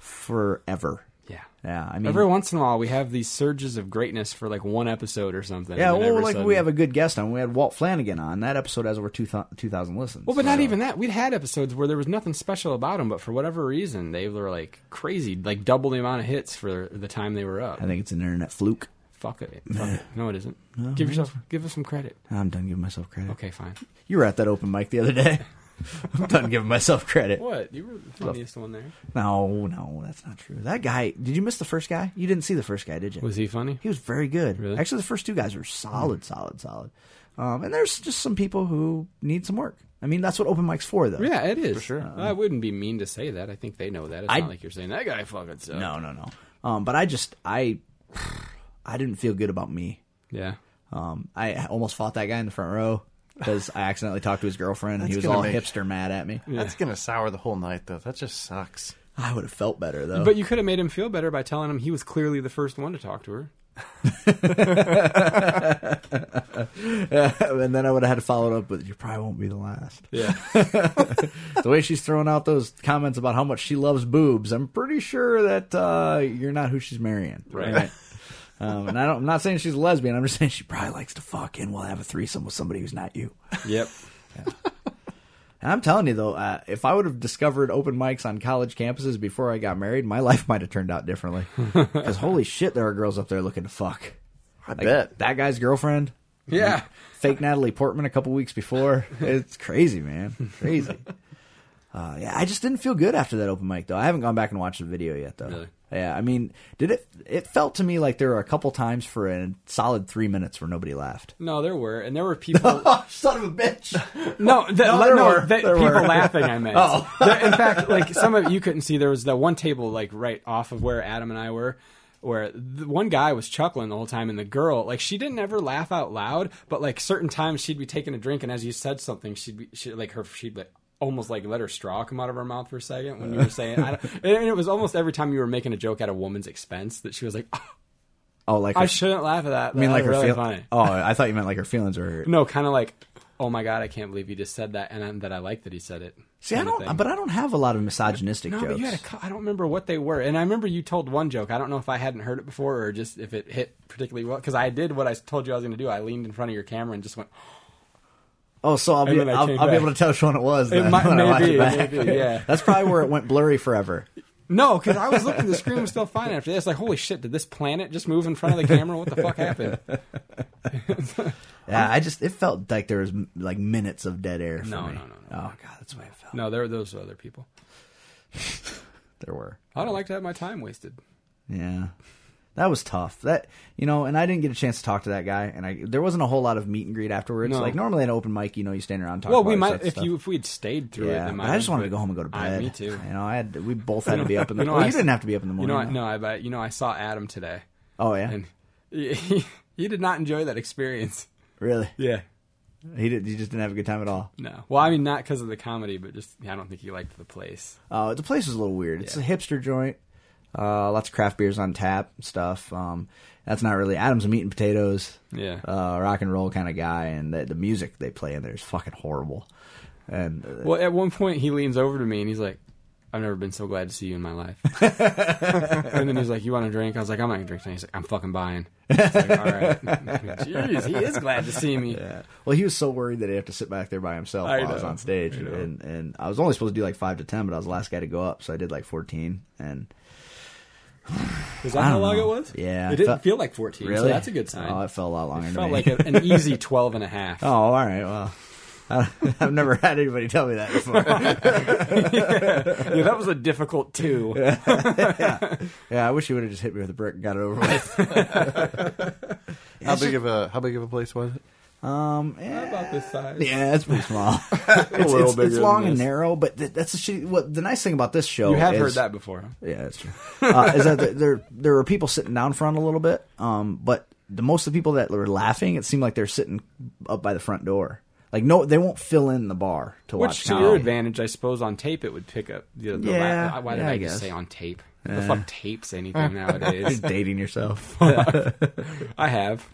forever. Yeah. Yeah, I mean, Every once in a while, we have these surges of greatness for like one episode or something. yeah, and then well, every like we sudden- have a good guest on. We had Walt Flanagan on. That episode has over 2,000 2,000 listens. Well, but not even that. We'd had episodes where there was nothing special about them, but for whatever reason, they were like crazy, like double the amount of hits for the time they were up. I think it's an internet fluke. Fuck it. Fuck it. No, it isn't. give yourself, give us some credit. I'm done giving myself credit. Okay, fine. You were at that open mic the other day. I'm done giving myself credit. What? You were the funniest one there. No, no, that's not true. That guy, did you miss the first guy? You didn't see the first guy, did you? Was he funny? He was very good. Really? Actually, the first two guys were solid, solid, solid. Um, and there's just some people who need some work. I mean, that's what open mic's for, though. Yeah, it is. For sure. I wouldn't be mean to say that. I think they know that. It's I- not like you're saying that guy fucking sucked. No, no, no. Um, but I just I I didn't feel good about me. Yeah. Um, I almost fought that guy in the front row because I accidentally talked to his girlfriend and he That's was all gonna make- hipster mad at me. That's gonna sour the whole night, though. That just sucks. I would have felt better though. But you could have made him feel better by telling him he was clearly the first one to talk to her. and then I would have had to follow it up with you probably won't be the last. Yeah. the way she's throwing out those comments about how much she loves boobs, I'm pretty sure that uh, you're not who she's marrying. Right. Um, and I don't, I'm not saying she's a lesbian. I'm just saying she probably likes to fuck and will have a threesome with somebody who's not you. yep. And I'm telling you though, uh, if I would have discovered open mics on college campuses before I got married, my life might have turned out differently. Because holy shit, there are girls up there looking to fuck. I bet. That guy's girlfriend, Yeah. fake Natalie Portman a couple weeks before. It's crazy, man. Crazy. Uh, yeah, I just didn't feel good after that open mic though. I haven't gone back and watched the video yet though. Really? Yeah, I mean, did it? It felt to me like there were a couple times for a solid three minutes where nobody laughed. No, there were, and there were people. Oh, son of a bitch! No, the, Oh, No, no, there no, were. the- There people were. Oh. laughing. I meant. There- in fact, like some of you couldn't see, there was that one table like right off of where Adam and I were, where the one guy was chuckling the whole time, and the girl like she didn't ever laugh out loud, but like certain times she'd be taking a drink, and as you said something, she'd be she like her she'd like. Almost like let her straw come out of her mouth for a second when you were saying, I don't, and it was almost every time you were making a joke at a woman's expense that she was like, "Oh, Oh, like her, "I shouldn't laugh at that." I mean, like her really feel- funny. Oh, I thought you meant like her feelings were hurt. No, kind of like, oh my god, I can't believe you just said that, and, and that I like that he said it. See, I kinda don't, thing. but I don't have a lot of misogynistic no, jokes. but you had a. cou- I don't remember what they were, and I remember you told one joke. I don't know if I hadn't heard it before or just if it hit particularly well because I did what I told you I was going to do. I leaned in front of your camera and just went. Oh, so I'll be, then I I'll, came I'll be back. able to tell which one it was. Then, might- when I watch maybe, it back. maybe, yeah. That's probably where it went blurry forever. No, because I was looking. The screen was still fine after this. Like, holy shit! Did this planet just move in front of the camera? What the fuck happened? Yeah, I just it felt like there was m- like minutes of dead air. For No, me. no, no, no. Oh god, that's what it felt. No, there were those other people. There were. I don't like to have my time wasted. Yeah. That was tough. That you know, and I didn't get a chance to talk to that guy, and I there wasn't a whole lot of meet and greet afterwards. No. Like normally at an open mic, you know, you stand around and talk. Well, about we all might sorts of if stuff. you if we'd stayed through it. Yeah, then but might I just have, wanted to but go home and go to I- bed. me too. You know, I had we both had to be up in the. You know, well, I you s- didn't have to be up in the You morning. know, I, no, I bet. You know, I saw Adam today, Oh yeah, and he, he, he did not enjoy that experience. really? Yeah. He did. You just didn't have a good time at all. No. Well, I mean, not because of the comedy, but just I don't think he liked the place. Uh, the place was a little weird. It's Yeah. a hipster joint. Uh, lots of craft beers on tap and stuff. Um, that's not really Adam's a meat and potatoes. Yeah. uh, rock and roll kind of guy, and the, the music they play in there is fucking horrible. And uh, Well, at one point he leans over to me and he's like, "I've never been so glad to see you in my life." and then he's like, "You want a drink?" I was like, "I'm not gonna drink tonight." He's like, "I'm fucking buying." It's like, All right. Jeez, he is glad to see me. well, he was so worried that he'd have to sit back there by himself I while I was know, on stage, I know. and and I was only supposed to do like five to ten, but I was the last guy to go up, so I did like fourteen, and Is I that how don't long know. it was? Yeah. It didn't Felt- feel like 14, really so that's a good sign. Oh, it felt a lot longer. it to felt me. like a, an easy 12 and a half. Oh, all right. Well, I- I've never had anybody tell me that before. Yeah, that was a difficult two. yeah, I wish he would have just hit me with a brick and got it over with. How big of a how big of a place was it? Um, yeah, About this size. yeah, it's pretty small. it's, it's, little it's bigger long than and this. narrow, but th- that's the shitty, what the nice thing about this show. You have is- heard that before. huh? Yeah, that's true. Uh, is that th- there there were people sitting down front a little bit, um, but the most of the people that were laughing, it seemed like they're sitting up by the front door. Like no, they won't fill in the bar to watch Which to your comedy. advantage, I suppose. On tape, it would pick up. The, the Yeah, la- why did yeah, I, I just guess. say on tape? Who The fuck tapes anything nowadays? Just dating yourself. I have.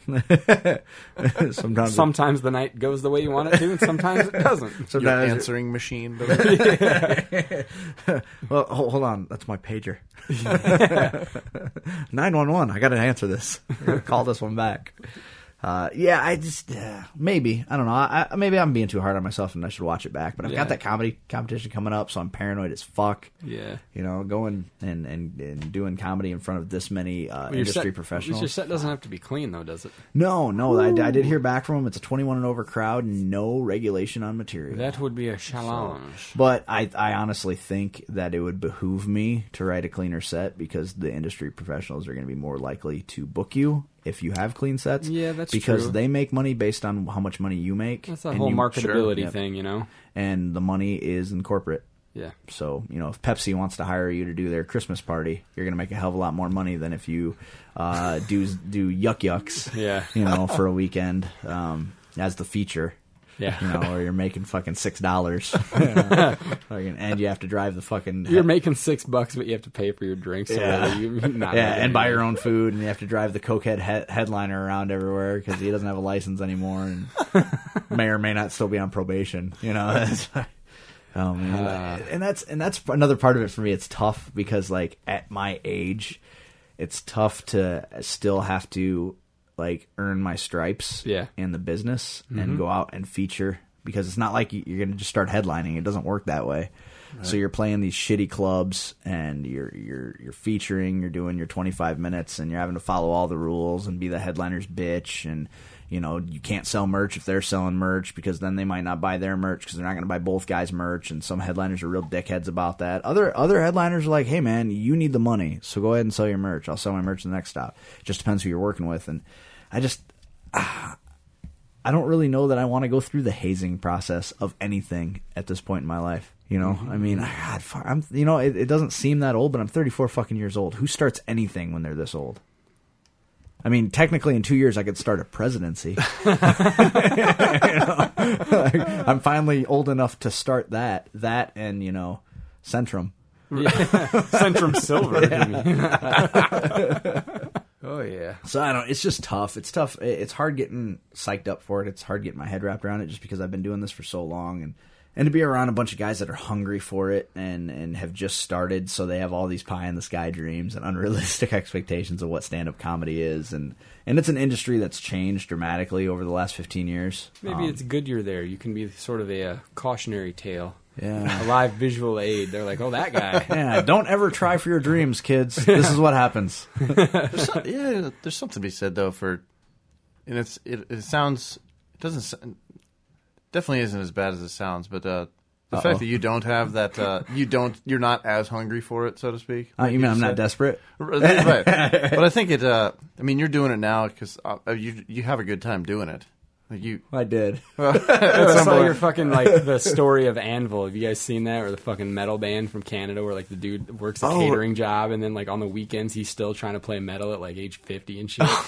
sometimes, Sometimes the night goes the way you want it to, and sometimes it doesn't. Your sometimes. answering machine. Well, hold, hold on, that's my pager. Nine one one. I got to answer this. I gotta Call this one back. Uh, yeah, I just uh, maybe I don't know. I, I, maybe I'm being too hard on myself, and I should watch it back. But I've Yeah. got that comedy competition coming up, so I'm paranoid as fuck. Yeah. you know, going and and, and doing comedy in front of this many uh, Your industry set- Your professionals. set doesn't have to be clean, though, does it? no, no, I, I did hear back from them. It's a 21 and over crowd, and no regulation on material. That would be a challenge. But I, I honestly think that it would behoove me to write a cleaner set because the industry professionals are going to be more likely to book you if you have clean sets. Yeah, that's because true. they make money based on how much money you make. That's the and whole you- marketability Yep. thing, you know? and the money is in corporate. Yeah. So you know, if Pepsi wants to hire you to do their Christmas party, you're going to make a hell of a lot more money than if you uh, do do yuck yucks. Yeah. you know, for a weekend um, as the feature. Yeah. you know, or you're making fucking six dollars, and you have to drive the fucking You're making six bucks, but you have to pay for your drinks. So Yeah. really, you're not yeah, making and buy any- your own food, and you have to drive the cokehead he- headliner around everywhere because he doesn't have a license anymore, and may or may not still be on probation. You know, That's- oh man, Uh, and that's and that's another part of it for me. It's tough because like at my age, it's tough to still have to like earn my stripes, Yeah. in the business and go out and feature because it's not like you- you're going to just start headlining. It doesn't work that way. So you're playing these shitty clubs and you're you're you're featuring, you're doing your 25 minutes and you're having to follow all the rules and be the headliner's bitch and you know you can't sell merch if they're selling merch because then they might not buy their merch because they're not going to buy both guys' merch. And some headliners are real dickheads about that. Other other headliners are like, hey man, you need the money, so go ahead and sell your merch. I'll sell my merch in the next stop. It just depends who you're working with, and I just I don't really know that I want to go through the hazing process of anything at this point in my life. You know, I mean, God, fu- I'm, you know, it, it doesn't seem that old, but I'm 34 fucking years old. Who starts anything when they're this old? I mean, technically, in two years, I could start a presidency. You know? Like, I'm finally old enough to start that, that, and you know, Centrum. Centrum Silver. oh yeah. So I don't. It's just tough. It's tough. It- It's hard getting psyched up for it. It's hard getting my head wrapped around it, just because I've been doing this for so long, and and to be around a bunch of guys that are hungry for it and and have just started, so they have all these pie in the sky dreams and unrealistic expectations of what stand up comedy is, and and it's an industry that's changed dramatically over the last fifteen years. Um, Maybe it's good you're there. You can be sort of a, uh cautionary tale. Yeah. A live visual aid. They're like, oh, that guy. Yeah, don't ever try for your dreams, kids. This is what happens. There's some- yeah, there's something to be said though for, and it's it, it sounds it doesn't s- definitely isn't as bad as it sounds, but uh, the Uh-oh. fact that you don't have that uh, you don't you're not as hungry for it, so to speak. Uh, like you mean I'm just not said. desperate? right? but I think it. Uh, I mean, you're doing it now because uh, you you have a good time doing it. Like you, I did. I saw your fucking like the story of Anvil. Have you guys seen that? Or the fucking metal band from Canada, where like the dude works a Oh. catering job, and then like on the weekends he's still trying to play metal at like age fifty and shit. Oh,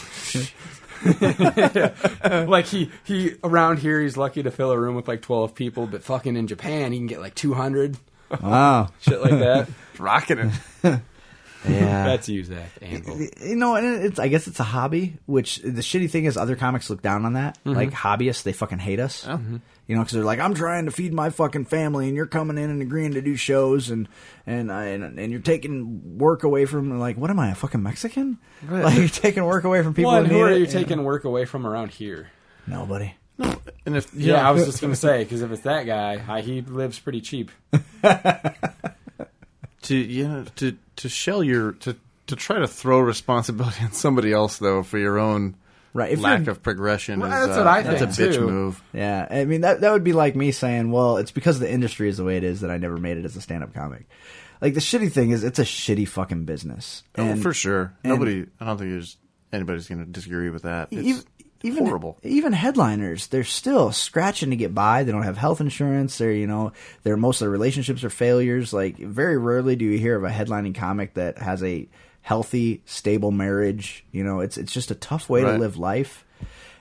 like he he around here he's lucky to fill a room with like twelve people, but fucking in Japan he can get like two hundred Wow. shit like that. rocking it. Yeah. That's you, Zach Anvil. you know, and it's I guess it's a hobby. Which the shitty thing is, other comics look down on that. Mm-hmm. Like hobbyists, they fucking hate us. You know, because they're like, I'm trying to feed my fucking family, and you're coming in and agreeing to do shows, and and I, and, and you're taking work away from. Like, what am I, a fucking Mexican? Like, you're taking work away from people. Well, and that who need are it, you know? taking work away from around here? Nobody. And if Yeah, I was just gonna say because if it's that guy, I, he lives pretty cheap. to yeah to to shell your to to try to throw responsibility on somebody else though for your own Right, if lack you're- of progression. Well, is, that's uh, what I That's a think, bitch too. move. Yeah, I mean that that would be like me saying, "Well, it's because the industry is the way it is that I never made it as a stand-up comic." Like the shitty thing is, it's a shitty fucking business. Oh, And- for sure. and- Nobody. I don't think there's anybody's going to disagree with that. It's even, even horrible. Even headliners, they're still scratching to get by. They don't have health insurance. They're you know, their most of their relationships are failures. Like very rarely do you hear of a headlining comic that has a healthy, stable marriage. You know, it's it's just a tough way to Right. live life.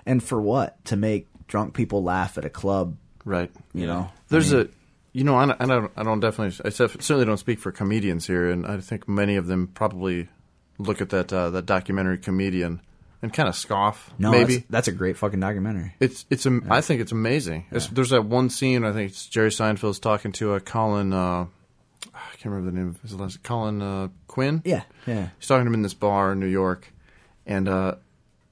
And for what? To make drunk people laugh at a club, right. you know? There's a. You know, I don't, I don't. I don't definitely. I sef- certainly don't speak for comedians here, and I think many of them probably look at that uh, that documentary comedian and kind of scoff. no, maybe That's, that's a great fucking documentary. It's it's am- I think it's amazing. It's, there's that one scene. I think it's Jerry Seinfeld's talking to uh, Colin. Uh, I can't remember the name of his last. Colin uh, Quinn. Yeah, yeah. He's talking to him in this bar in New York, and uh,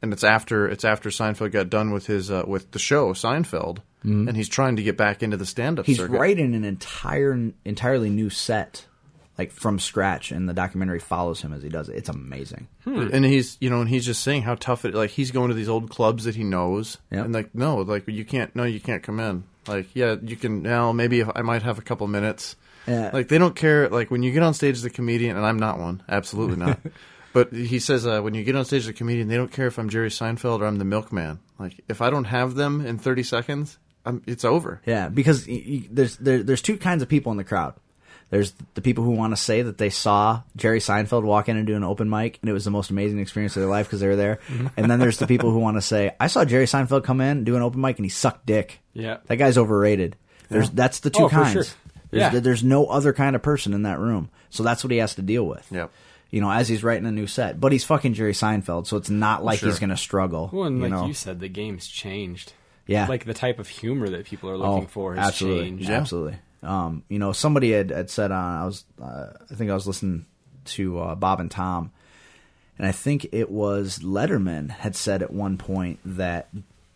and it's after it's after Seinfeld got done with his uh, with the show Seinfeld, and he's trying to get back into the stand up. Mm-hmm. He's circuit. writing an entire entirely new set like from scratch and the documentary follows him as he does it. It's amazing. and he's you know and he's just saying how tough it like he's going to these old clubs that he knows Yeah. and like no like you can't no you can't come in like yeah you can now maybe if i might have a couple minutes Yeah. like they don't care like when you get on stage as a comedian and i'm not one absolutely not but he says uh, when you get on stage as a comedian they don't care if i'm jerry seinfeld or i'm the milkman like if i don't have them in 30 seconds I'm, it's over Yeah, because y y there's there, there's two kinds of people in the crowd. There's the people who want to say that they saw Jerry Seinfeld walk in and do an open mic, and it was the most amazing experience of their life because they were there. Mm-hmm. And then there's the people who want to say, "I saw Jerry Seinfeld come in do an open mic, and he sucked dick. Yeah. that guy's overrated." There's that's the two Oh, for kinds. sure. There's, Yeah. there's no other kind of person in that room, so that's what he has to deal with. Yep. You know, as he's writing a new set, but he's fucking Jerry Seinfeld, so it's not like Sure. he's going to struggle. Well, and you like know? you said, the game's changed. Yeah. like the type of humor that people are looking for has Oh, absolutely. changed. Yeah. Absolutely. Um, you know, somebody had, had said on, I was, uh, I think I was listening to uh, Bob and Tom, and I think it was Letterman had said at one point that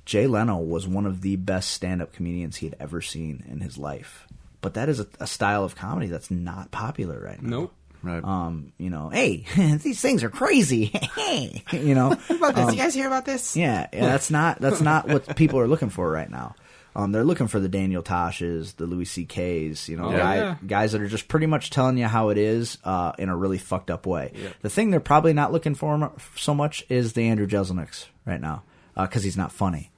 Jay Leno was one of the best stand-up comedians he had ever seen in his life. But that is a, a style of comedy that's not popular right now. Nope. Right. Um, you know, hey, these things are crazy. Hey, you know, Um, about this? you guys hear about this? yeah, yeah, that's not that's not what people are looking for right now. Um, they're looking for the Daniel Toshes, the Louis C.K.s, you know, Oh, guy- yeah. guys that are just pretty much telling you how it is uh, in a really fucked up way. The thing they're probably not looking for m- so much is the Andrew Jeselnik's right now because he's not funny.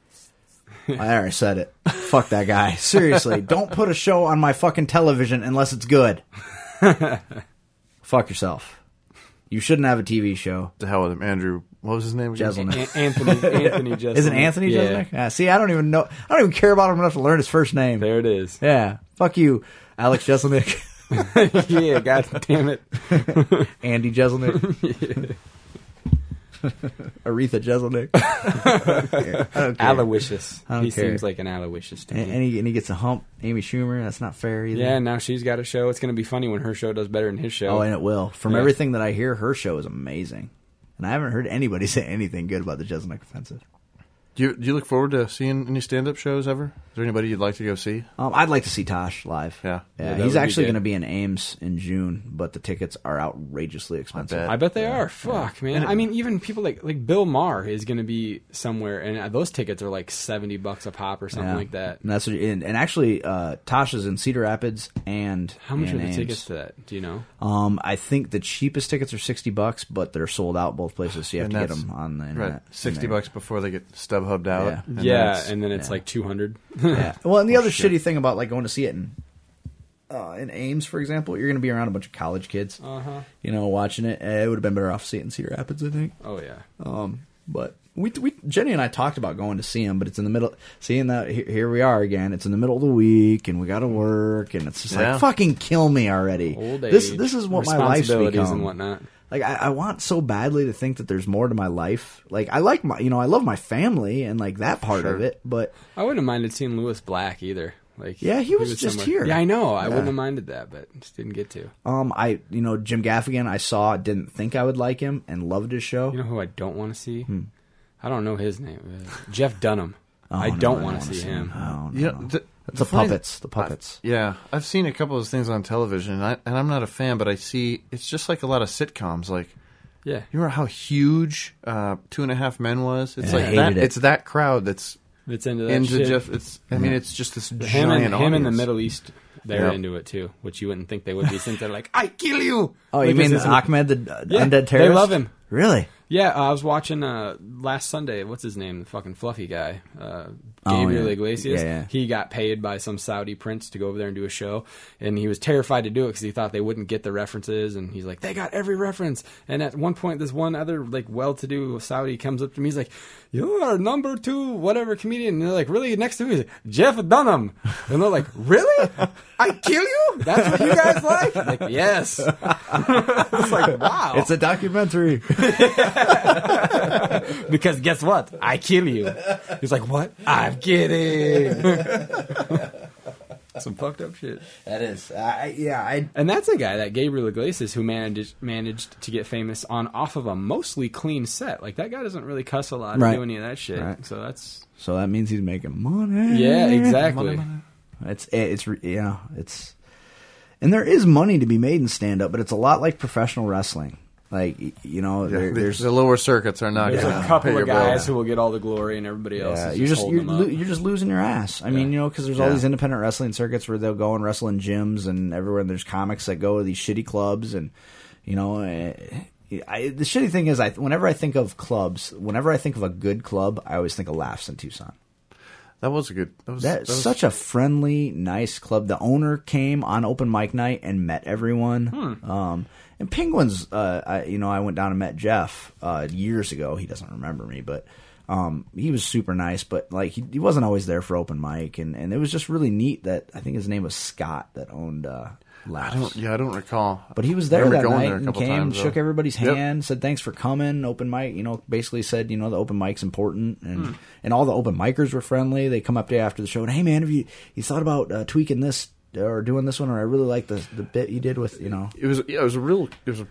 I already said it. Fuck that guy. Seriously, don't put a show on my fucking television unless it's good. Fuck yourself. You shouldn't have a TV show. The hell with him, Andrew. What was his name? again? Jeselnik. An- Anthony Anthony Jeselnik. Oh, Is it Anthony yeah. Jeselnik? Yeah. Ah, See, I don't even know. I don't even care about him enough to learn his first name. There it is. Yeah. Fuck you, Alex Jeselnik, yeah, god damn it. Andy Jeselnik, Aretha Jeselnik. I don't care. Aloysius. I don't He care. seems like an Aloysius to And, me. and he, and he gets a hump. Amy Schumer. That's not fair either. yeah, now she's got a show. It's going to be funny when her show does better than his show. Oh, and it will. From Yeah. everything that I hear, her show is amazing. And I haven't heard anybody say anything good about the Jeselnik offensive. Do you, do you look forward to seeing any stand up shows ever? Is there anybody you'd like to go see? Um, I'd like to see Tosh live. Yeah. yeah, Yeah, that he's would be actually good. going to be in Ames in June, but the tickets are outrageously expensive. bet. I bet they are. Fuck, man. I mean, even people like like Bill Maher is going to be somewhere, and uh, those tickets are like seventy bucks a pop or something Yeah. like that. And that's what, and, and actually, uh, Tasha's in Cedar Rapids and How much in are the Ames. tickets to that? Do you know? Um, I think the cheapest tickets are sixty bucks, but they're sold out both places, so you have And to get that's- them on the internet. Right. 60 And bucks before they get stub hubbed Yeah. out. yeah, that's- and then it's yeah. like two hundred. they- Yeah. Well, Oh, and the other shitty thing about like going to see it in uh, in Ames, for example, you're going to be around a bunch of college kids, Uh-huh. you know, watching it. Eh, It would have been better off to see it in Cedar Rapids, I think. oh yeah. Um, but we, we Jenny and I talked about going to see him, but it's in the middle. Seeing that here, here we are again. It's in the middle of the week, and we got to work, and it's just Yeah. like fucking kill me already. Old age. this this is what my life's responsibilities become. and whatnot. Like I, I want so badly to think that there's more to my life. Like I like my you know I love my family and like that part Sure. of it, but I wouldn't have minded seeing Lewis Black either. Like Yeah, he was just here. Yeah, I know. I Yeah. wouldn't have minded that, but just didn't get to. um I you know Jim Gaffigan I saw didn't think I would like him and loved his show. You know who I don't want to see? I don't know his name. Uh, Jeff Dunham. I Oh, no, I don't want don't to wanna see see him. him. Oh. No, no, You know, no. th- It's the the funny- puppets, the puppets. Yeah, I've seen a couple of those things on television, and, I, and I'm not a fan, but I see it's just like a lot of sitcoms. Like, Yeah. you remember how huge uh, Two and a Half Men was? It's Yeah, I like hated that. it. It's that crowd that's That's into that into shit. Jeff. It's. I mean, it's just this him giant and, him in the audience. Middle East, they're Yep. into it too, which you wouldn't think they would be since they're like, I kill you. Oh, you Because mean it's- Ahmed the uh, Yeah, undead they terrorist? love him. Really? yeah. Uh, I was watching uh, last Sunday. What's his name? The fucking fluffy guy, uh, Oh, Gabriel yeah. Iglesias. Yeah, yeah. He got paid by some Saudi prince to go over there and do a show, and he was terrified to do it because he thought they wouldn't get the references. And he's like, they got every reference. And at one point, this one other like well-to-do Saudi comes up to me. He's like, you are number two, whatever comedian. And they're like, really? Next to me, he's like, Jeff Dunham. And they're like, really? I kill you? That's what you guys like? Like, yes. it's like, wow. It's a documentary. Because guess what? I kill you. He's like, what? I'm kidding. Some fucked up shit. that is. I yeah, I And that's a guy that Gabriel Iglesias who managed managed to get famous on off of a mostly clean set. Like that guy doesn't really cuss a lot Right. or do any of that shit. Right. So that's So that means he's making money. yeah, exactly. It's it's yeah, it's and there is money to be made in stand up, but it's a lot like professional wrestling. Like y- you know, Yeah, there, there's there's the lower circuits are not. There's gonna a couple pay of your bills. guys who will get all the glory and everybody else yeah, is you're just holding you're, them lo- up. you're just losing your ass. I mean, you know, because there's all Yeah. these independent wrestling circuits where they'll go and wrestle in gyms and everywhere. And there's comics that go to these shitty clubs, and you know, eh, I, the shitty thing is, I whenever I think of clubs, whenever I think of a good club, I always think of Laughs in Tucson. That was a good. That was, That's that was- such a friendly, nice club. The owner came on open mic night and met everyone. Hmm. Um, and Penguins, uh, I, you know, I went down and met Jeff uh, years ago. He doesn't remember me, but um, he was super nice. But like, he, he wasn't always there for open mic, and, and it was just really neat that I think his name was Scott that owned uh, I Laughs. don't. Yeah, I don't recall. But he was I there that remember going night there a and couple came, times, shook though. everybody's Yep. hand, said thanks for coming. Open mic, you know, basically said you know the open mic's important, and Hmm. and all the open micers were friendly. They come up to you after the show and hey man, have you you thought about uh, tweaking this or doing this one? Or I really like the the bit you did with you know. it was yeah, it was a real it was a,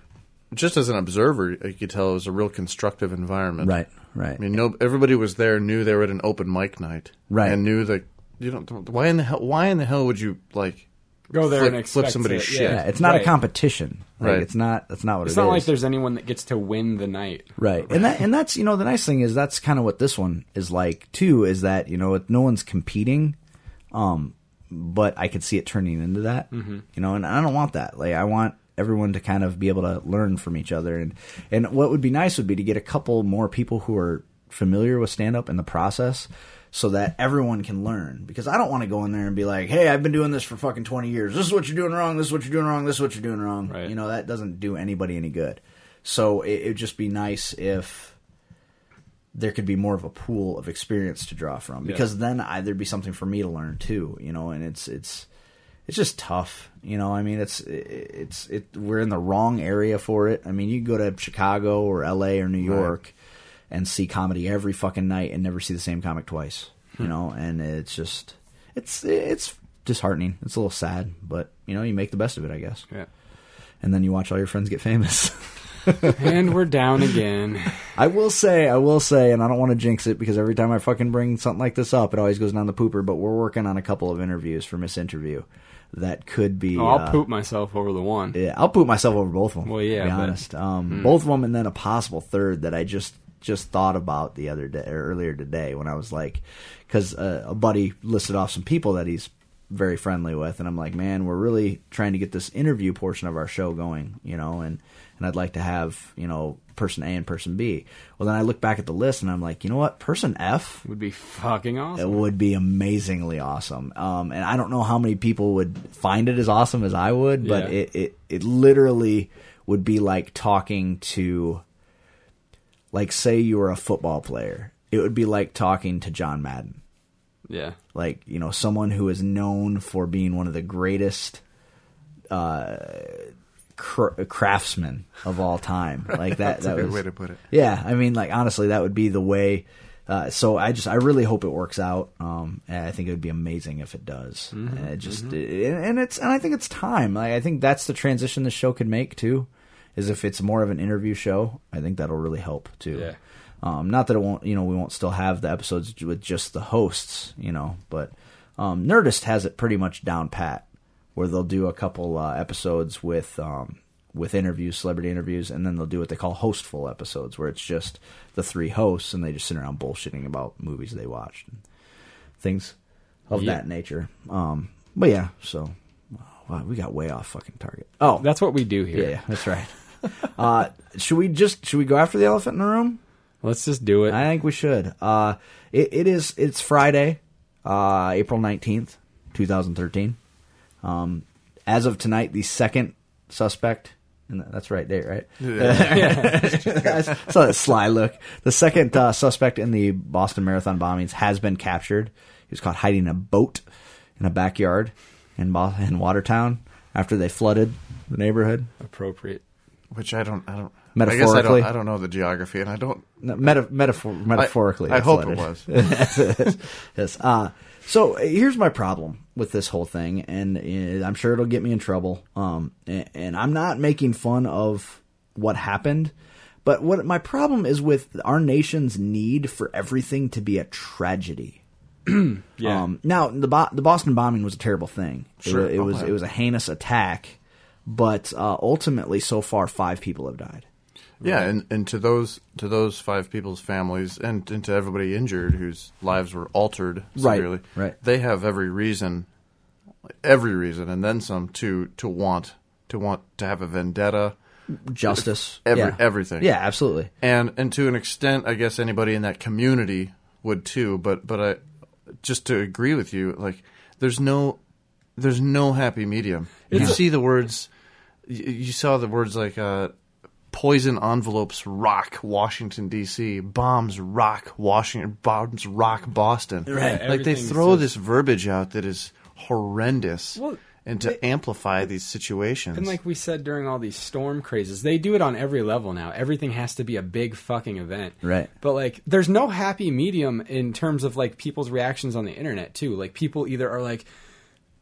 just as an observer you could tell it was a real constructive environment right. i mean no everybody was there knew they were at an open mic night Right. and knew that you don't why in the hell why in the hell would you like go there flip- and flip expect somebody's it. shit. Yeah. Yeah, it's not Right. a competition. Like, Right. It's not. That's not what It's it not is. like there's anyone that gets to win the night. Right. And that and that's you know the nice thing is that's kind of what this one is like too is that you know no one's competing um but I could see it turning into that. You know, and I don't want that. Like I want everyone to kind of be able to learn from each other and and what would be nice would be to get a couple more people who are familiar with stand up in the process so that everyone can learn because I don't want to go in there and be like, "Hey, I've been doing this for fucking 20 years. This is what you're doing wrong. This is what you're doing wrong. This is what you're doing wrong." Right. You know, that doesn't do anybody any good. So it, it'd just be nice if there could be more of a pool of experience to draw from because then I, there'd be something for me to learn too, you know. And it's it's it's just tough, you know. I mean, it's it's it. We're in the wrong area for it. I mean, you can go to Chicago or L.A. or New York and see comedy every fucking night and never see the same comic twice, you know. And it's just it's it's disheartening. It's a little sad, but you know, you make the best of it, I guess. Yeah. And then you watch all your friends get famous. and we're down again. I will say, I will say, and I don't want to jinx it because every time I fucking bring something like this up, it always goes down the pooper. But we're working on a couple of interviews for Miss Interview that could be. Oh, I'll uh, poop myself over the one. Yeah, I'll poop myself over both of them. Mm-hmm. Well, to yeah, Mm-hmm. be but- honest. Um, Both of them, and then a possible third that I just just thought about the other day or earlier today when I was like, because uh, a buddy listed off some people that he's very friendly with, and I'm like, man, we're really trying to get this interview portion of our show going, you know, and and I'd like to have you know person A and person B. Well, then I look back at the list and I'm like, you know what, person F Would be fucking it awesome. would be amazingly awesome. Um, and I don't know how many people would find it as awesome as I would, but Yeah. it, it, it literally would be like talking to, like, say you were a football player. It would be like talking to John Madden, Yeah. like, you know, someone who is known for being one of the greatest uh, cr- craftsman of all time. Like that. That's a that good was, way to put it. Yeah, I mean, like honestly, that would be the way. Uh, so I just I really hope it works out. Um, and I think it would be amazing if it does. Mm-hmm, And it just and- and it's and I think it's time. Like, I think that's the transition the show could make too. Is if it's more of an interview show, I think that'll really help too. Yeah. Um, not that it won't, you know, we won't still have the episodes with just the hosts, you know, but um, Nerdist has it pretty much down pat, where they'll do a couple uh, episodes with um, with interviews, celebrity interviews, and then they'll do what they call hostful episodes, where it's just the three hosts and they just sit around bullshitting about movies they watched and things of Yeah. that nature. Um, but yeah, so wow, we got way off fucking target. Oh, That's what we do here. yeah, yeah, that's right. uh, should we just should we go after the elephant in the room? Let's just do it. I think we should. Uh, it, it is. It's Friday, uh, April nineteenth, two thousand thirteen. Um, as of tonight, the second suspect. And that's right, date right. I saw that sly look. The second uh, suspect in the Boston Marathon bombings has been captured. He was caught hiding in a boat in a backyard in Bo- in Watertown after they flooded the neighborhood. Appropriate. Which I don't, I don't. I guess I Metaphorically? don't, I don't know the geography, and I don't. No, meta- metaphor- metaphorically, I, I it hope it flooded. was. yes. Uh, so uh, here's my problem with this whole thing, and uh, I'm sure it'll get me in trouble. Um, and, and I'm not making fun of what happened, but what my problem is with our nation's need for everything to be a tragedy. Yeah. Um, now the Bo- the Boston bombing was a terrible thing. It Sure. wa- it, Oh, was yeah. it was a heinous attack, but uh, ultimately, so far, five people have died. Yeah, and, and to those to those five people's families and, and to everybody injured whose lives were altered Right, severely, right. they have every reason, every reason, and then some to to want to want to have a vendetta, Justice, every, yeah. everything. Yeah, absolutely. and and to an extent, I guess anybody in that community would too. But but I just to agree with you, like there's no there's no happy medium. You see the words, y- you saw the words like uh, poison envelopes rock Washington D.C., bombs rock Washington, bombs rock Boston. Right. like they Everything's throw just- this verbiage out that is horrendous. Well, and to amplify these situations, And like we said during all these storm crazes, they do it on every level now. Everything has to be a big fucking event. Right. But like there's no happy medium in terms of like people's reactions on the internet too. Like people either are like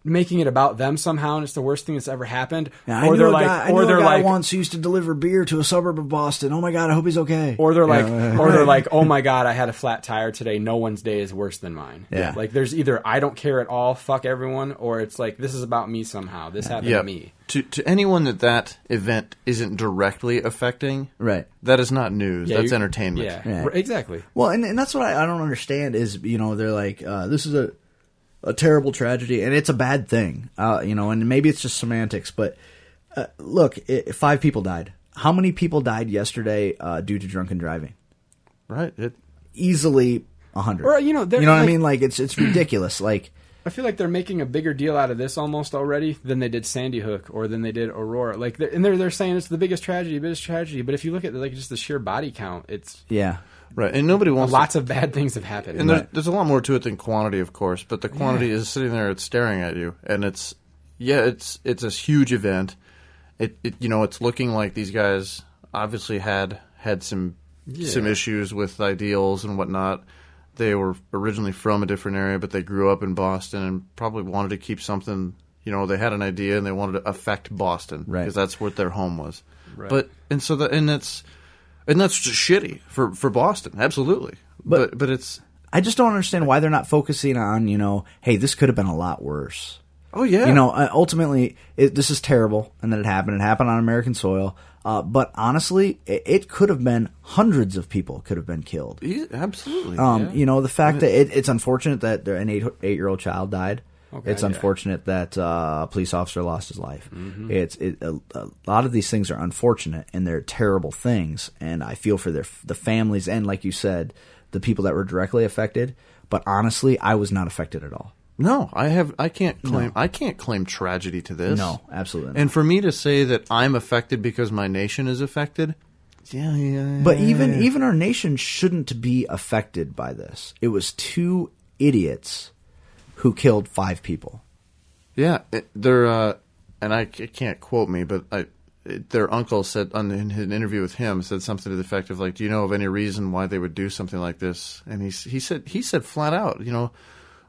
making it about them somehow, and it's the worst thing that's ever happened. Yeah, I or knew they're a like, guy, I knew or a they're guy like, once who used to deliver beer to a suburb of Boston. Oh my god, I hope he's okay. or they're like, Yeah. or they're like, oh my god, I had a flat tire today. No one's day is worse than mine. Yeah. like there's either I don't care at all, fuck everyone, or it's like this is about me somehow. This happened Yeah. to me. To to anyone that that event isn't directly affecting, Right. That is not news. Yeah, That's you- entertainment. Yeah, Yeah. r- exactly. Well, and, and that's what I, I don't understand is you know they're like uh, this is a a terrible tragedy and it's a bad thing, uh, you know, and maybe it's just semantics, but uh, look, it, five people died. How many people died yesterday uh, due to drunken driving? Right. It, Easily a hundred. Or, you know, you they're- know what I like- mean? Like it's it's ridiculous. Like I feel like they're making a bigger deal out of this almost already than they did Sandy Hook or than they did Aurora. Like, they're, and they're they're saying it's the biggest tragedy, biggest tragedy. But if you look at like just the sheer body count, it's yeah, right. And nobody wants to lots of bad things have happened. And there's, there's a lot more to it than quantity, of course, but the quantity is sitting there, it's staring at you, and it's yeah, it's it's this huge event. It, it you know, it's looking like these guys obviously had had some some issues with ideals and whatnot. They were originally from a different area, but they grew up in Boston and probably wanted to keep something. You know, they had an idea and they wanted to affect Boston Right. because that's what their home was. Right. But and so the and that's and that's just shitty for for Boston, absolutely. But- But but it's I just don't understand why they're not focusing on you know, hey, this could have been a lot worse. Oh yeah, You know, uh, ultimately, it, this is terrible, and that it happened. It happened on American soil. Uh, but honestly, it, it could have been hundreds of people could have been killed. Yeah, absolutely. Um, You know, the fact that it, it's unfortunate that there- an eight eight year old child died. Okay, it's yeah. unfortunate that uh, a police officer lost his life. It's it, a, a lot of these things are unfortunate and they're terrible things, and I feel for their the families and, like you said, the people that were directly affected. But honestly, I was not affected at all. no, I have. I can't claim. I can't claim tragedy to this. No, absolutely. Not. And for me to say that I'm affected because my nation is affected, yeah, yeah. But even even our nation shouldn't be affected by this. It was two idiots who killed five people. yeah, it, they're. Uh, and I c- it can't quote me, but I, it, their uncle said on in an interview with him said something to the effect of like, "Do you know of any reason why they would do something like this?" And he s- he said he said flat out, you know,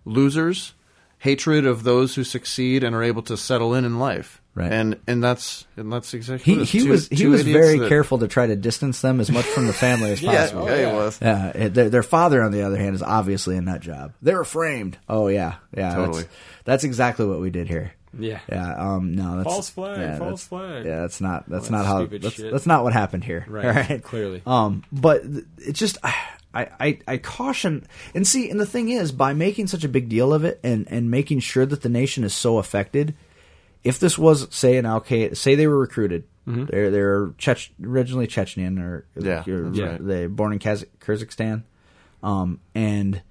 losers, hatred of those who succeed and are able to settle in in life. Right. And and that's and that's exactly He what it is. he Two- was he two was idiots very that- careful to try to distance them as much from the family as possible. yeah, yeah. it was. Yeah, it- their, their father, on the other hand, is obviously a nut job. They were framed. Oh yeah, yeah, Totally. That's, that's exactly what we did here. Yeah. yeah. Um, no, that's False flag, yeah, false that's- flag. Yeah, that's not. That's Well, not that's how. stupid That's, shit. that's not what happened here. Right, all right? clearly. Um, but th- it's just I, I, I caution and see. And the thing is, by making such a big deal of it and and making sure that the nation is so affected, if this was say an Al Qaeda, say they were recruited, they're they're Chech- originally Chechnyan or Yeah, or- that's right. they born in Kaz- Kazakhstan, um, and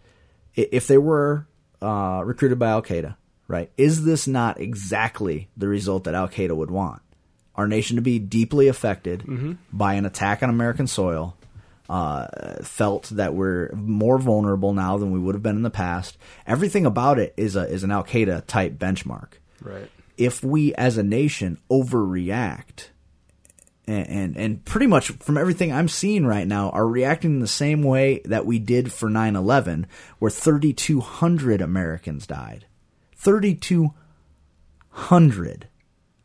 i- if they were uh, recruited by Al Qaeda, right? Is this not exactly the result that Al Qaeda would want? Our nation to be deeply affected by an attack on American soil. Uh, felt that we're more vulnerable now than we would have been in the past. Everything about it is a is an Al Qaeda type benchmark Right. if we as a nation overreact and, and and pretty much from everything I'm seeing right now are reacting in the same way that we did for 9/11 where 3200 Americans died 3200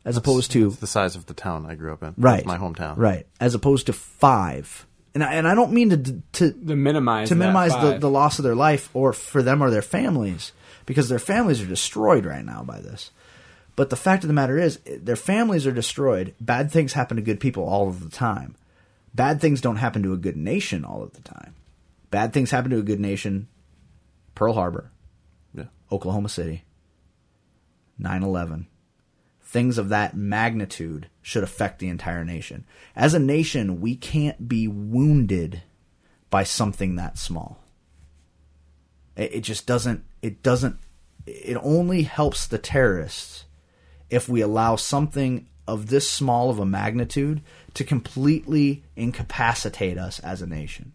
as opposed to the size of the town I grew up in. right my hometown. right as opposed to 5 and I, and I don't mean to to To minimize to that minimize the, five. the loss of their life or for them or their families because their families are destroyed right now by this but the fact of the matter is their families are destroyed bad things happen to good people all of the time bad things don't happen to a good nation all of the time bad things happen to a good nation pearl harbor Yeah. oklahoma city 9-11 things of that magnitude should affect the entire nation as a nation we can't be wounded by something that small. It, it just doesn't. It doesn't. It only helps the terrorists if we allow something of this small of a magnitude to completely incapacitate us as a nation.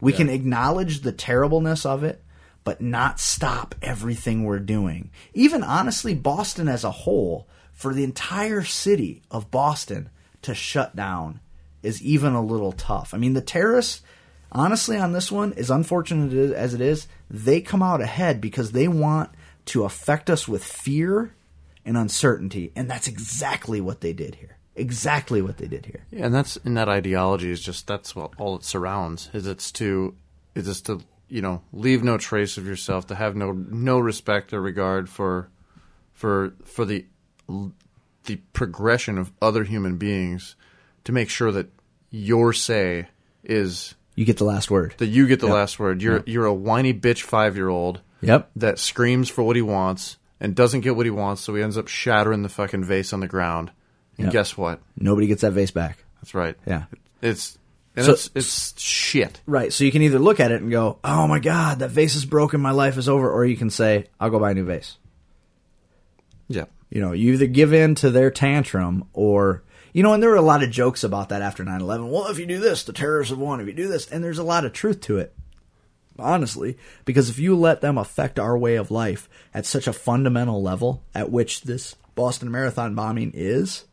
We can acknowledge the terribleness of it, but not stop everything we're doing. Even honestly, Boston as a whole, for the entire city of Boston to shut down is even a little tough. I mean, the terrorists, honestly, on this one, as unfortunate as it is, they come out ahead because they want to affect us with fear and uncertainty. And that's exactly what they did here. Exactly what they did here. Yeah, and that's and that ideology is just that's what all it surrounds is it's to is it's to you know leave no trace of yourself to have no no respect or regard for for for the the progression of other human beings to make sure that your say is You get the last word. that you get the last word. You're you're a whiny bitch five year old Yep. that screams for what he wants and doesn't get what he wants, so he ends up shattering the fucking vase on the ground. And Yep. guess what? Nobody gets that vase back. That's right. Yeah. It's and So- it's it's shit. Right. So you can either look at it and go, "Oh my god, that vase is broken, my life is over," or you can say, "I'll go buy a new vase." Yeah. You know, you either give in to their tantrum or you know, and there were a lot of jokes about that after 9/11. Well, if you do this, the terrorists have won. If you do this, and there's a lot of truth to it. Honestly, because if you let them affect our way of life at such a fundamental level at which this Boston Marathon bombing is,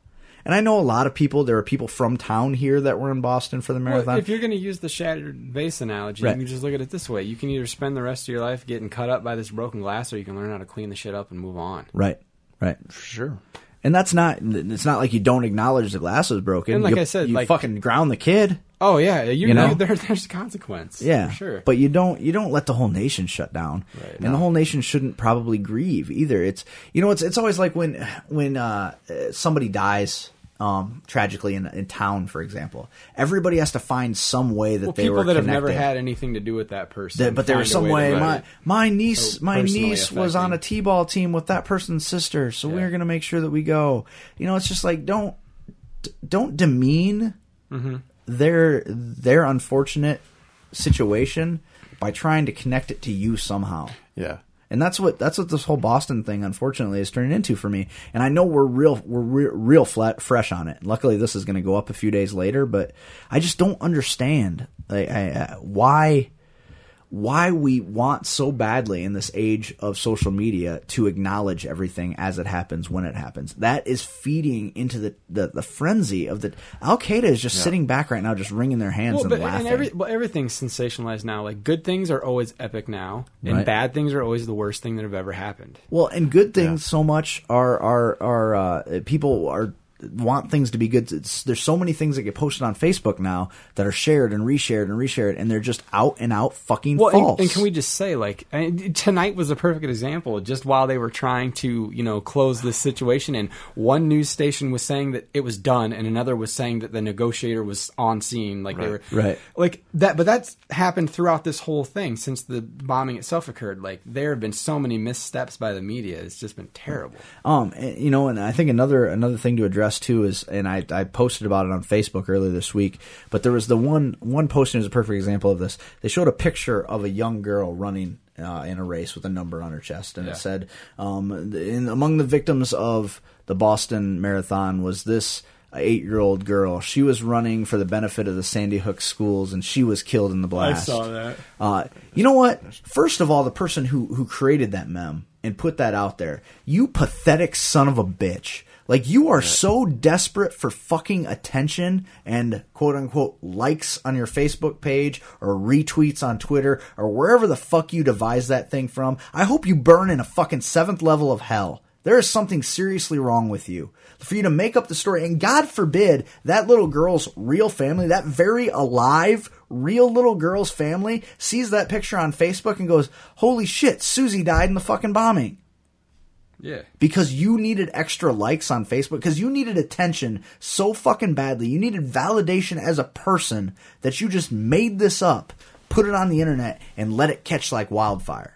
and I know a lot of people, there are people from town here that were in Boston for the Well, marathon. if you're going to use the shattered vase analogy, Right. you can just look at it this way. You can either spend the rest of your life getting cut up by this broken glass, or you can learn how to clean the shit up and move on. right. Right. Sure. And that's not. It's not like you don't acknowledge the glass was broken. And like You- I said, you like- fucking ground the kid. Oh yeah, you, You know? you- there, there's consequence. Yeah, for sure. But you don't. You don't let the whole nation shut down. Right. And the whole nation shouldn't probably grieve either. It's you know. It's it's always like when when uh, uh, somebody dies. Um, tragically in, in town, for example, everybody has to find some way that well, they were people that have never connected. had anything to do with that person, That- but there find was a some to way. write My it. my niece, Oh, my personally niece was on a affecting. t-ball team with that person's sister, so we Yeah. are going to make sure that we go. You know, it's just like don't d- don't demean Mm-hmm. their their unfortunate situation by trying to connect it to you somehow. Yeah. And that's what that's what this whole Boston thing, unfortunately, is turning into for me. And I know we're real we're re- real flat fresh on it. Luckily, this is going to go up a few days later, but I just don't understand like, I, I, why why we want so badly in this age of social media to acknowledge everything as it happens when it happens. That is feeding into the the, the frenzy of the Al Qaeda is just sitting back right now, just wringing their hands Well, and but laughing. and every, well, everything's sensationalized now. Like good things are always epic now, and Right. bad things are always the worst thing that have ever happened. Well, and good things so much are are are uh, people are want things to be good. It's, there's so many things that get posted on Facebook now that are shared and reshared and reshared, and they're just out and out fucking Well, false. and, and can we just say like I mean, tonight was a perfect example. Just while they were trying to you know close this situation, and one news station was saying that it was done, and another was saying that the negotiator was on scene, like they were Right. like that. But that's happened throughout this whole thing since the bombing itself occurred. Like there have been so many missteps by the media; it's just been terrible. Um, and, you know, and I think another another thing to address too is, and I, I posted about it on Facebook earlier this week. But there was the one one posting is a perfect example of this. They showed a picture of a young girl running uh, in a race with a number on her chest, and Yeah. it said, um, th- in, among the victims of the Boston Marathon was this eight year old girl. She was running for the benefit of the Sandy Hook schools, and she was killed in the blast. saw that. Uh, you know what? First of all, the person who who created that mem and put that out there, you pathetic son of a bitch. Like you are so desperate for fucking attention and quote unquote likes on your Facebook page or retweets on Twitter or wherever the fuck you devise that thing from. I hope you burn in a fucking seventh level of hell. There is something seriously wrong with you. For you to make up the story, and God forbid that little girl's real family, that very alive, real little girl's family, sees that picture on Facebook and goes, Holy shit, Susie died in the fucking bombing. Yeah. Because you needed extra likes on Facebook, because you needed attention so fucking badly. You needed validation as a person that you just made this up, put it on the internet, and let it catch like wildfire.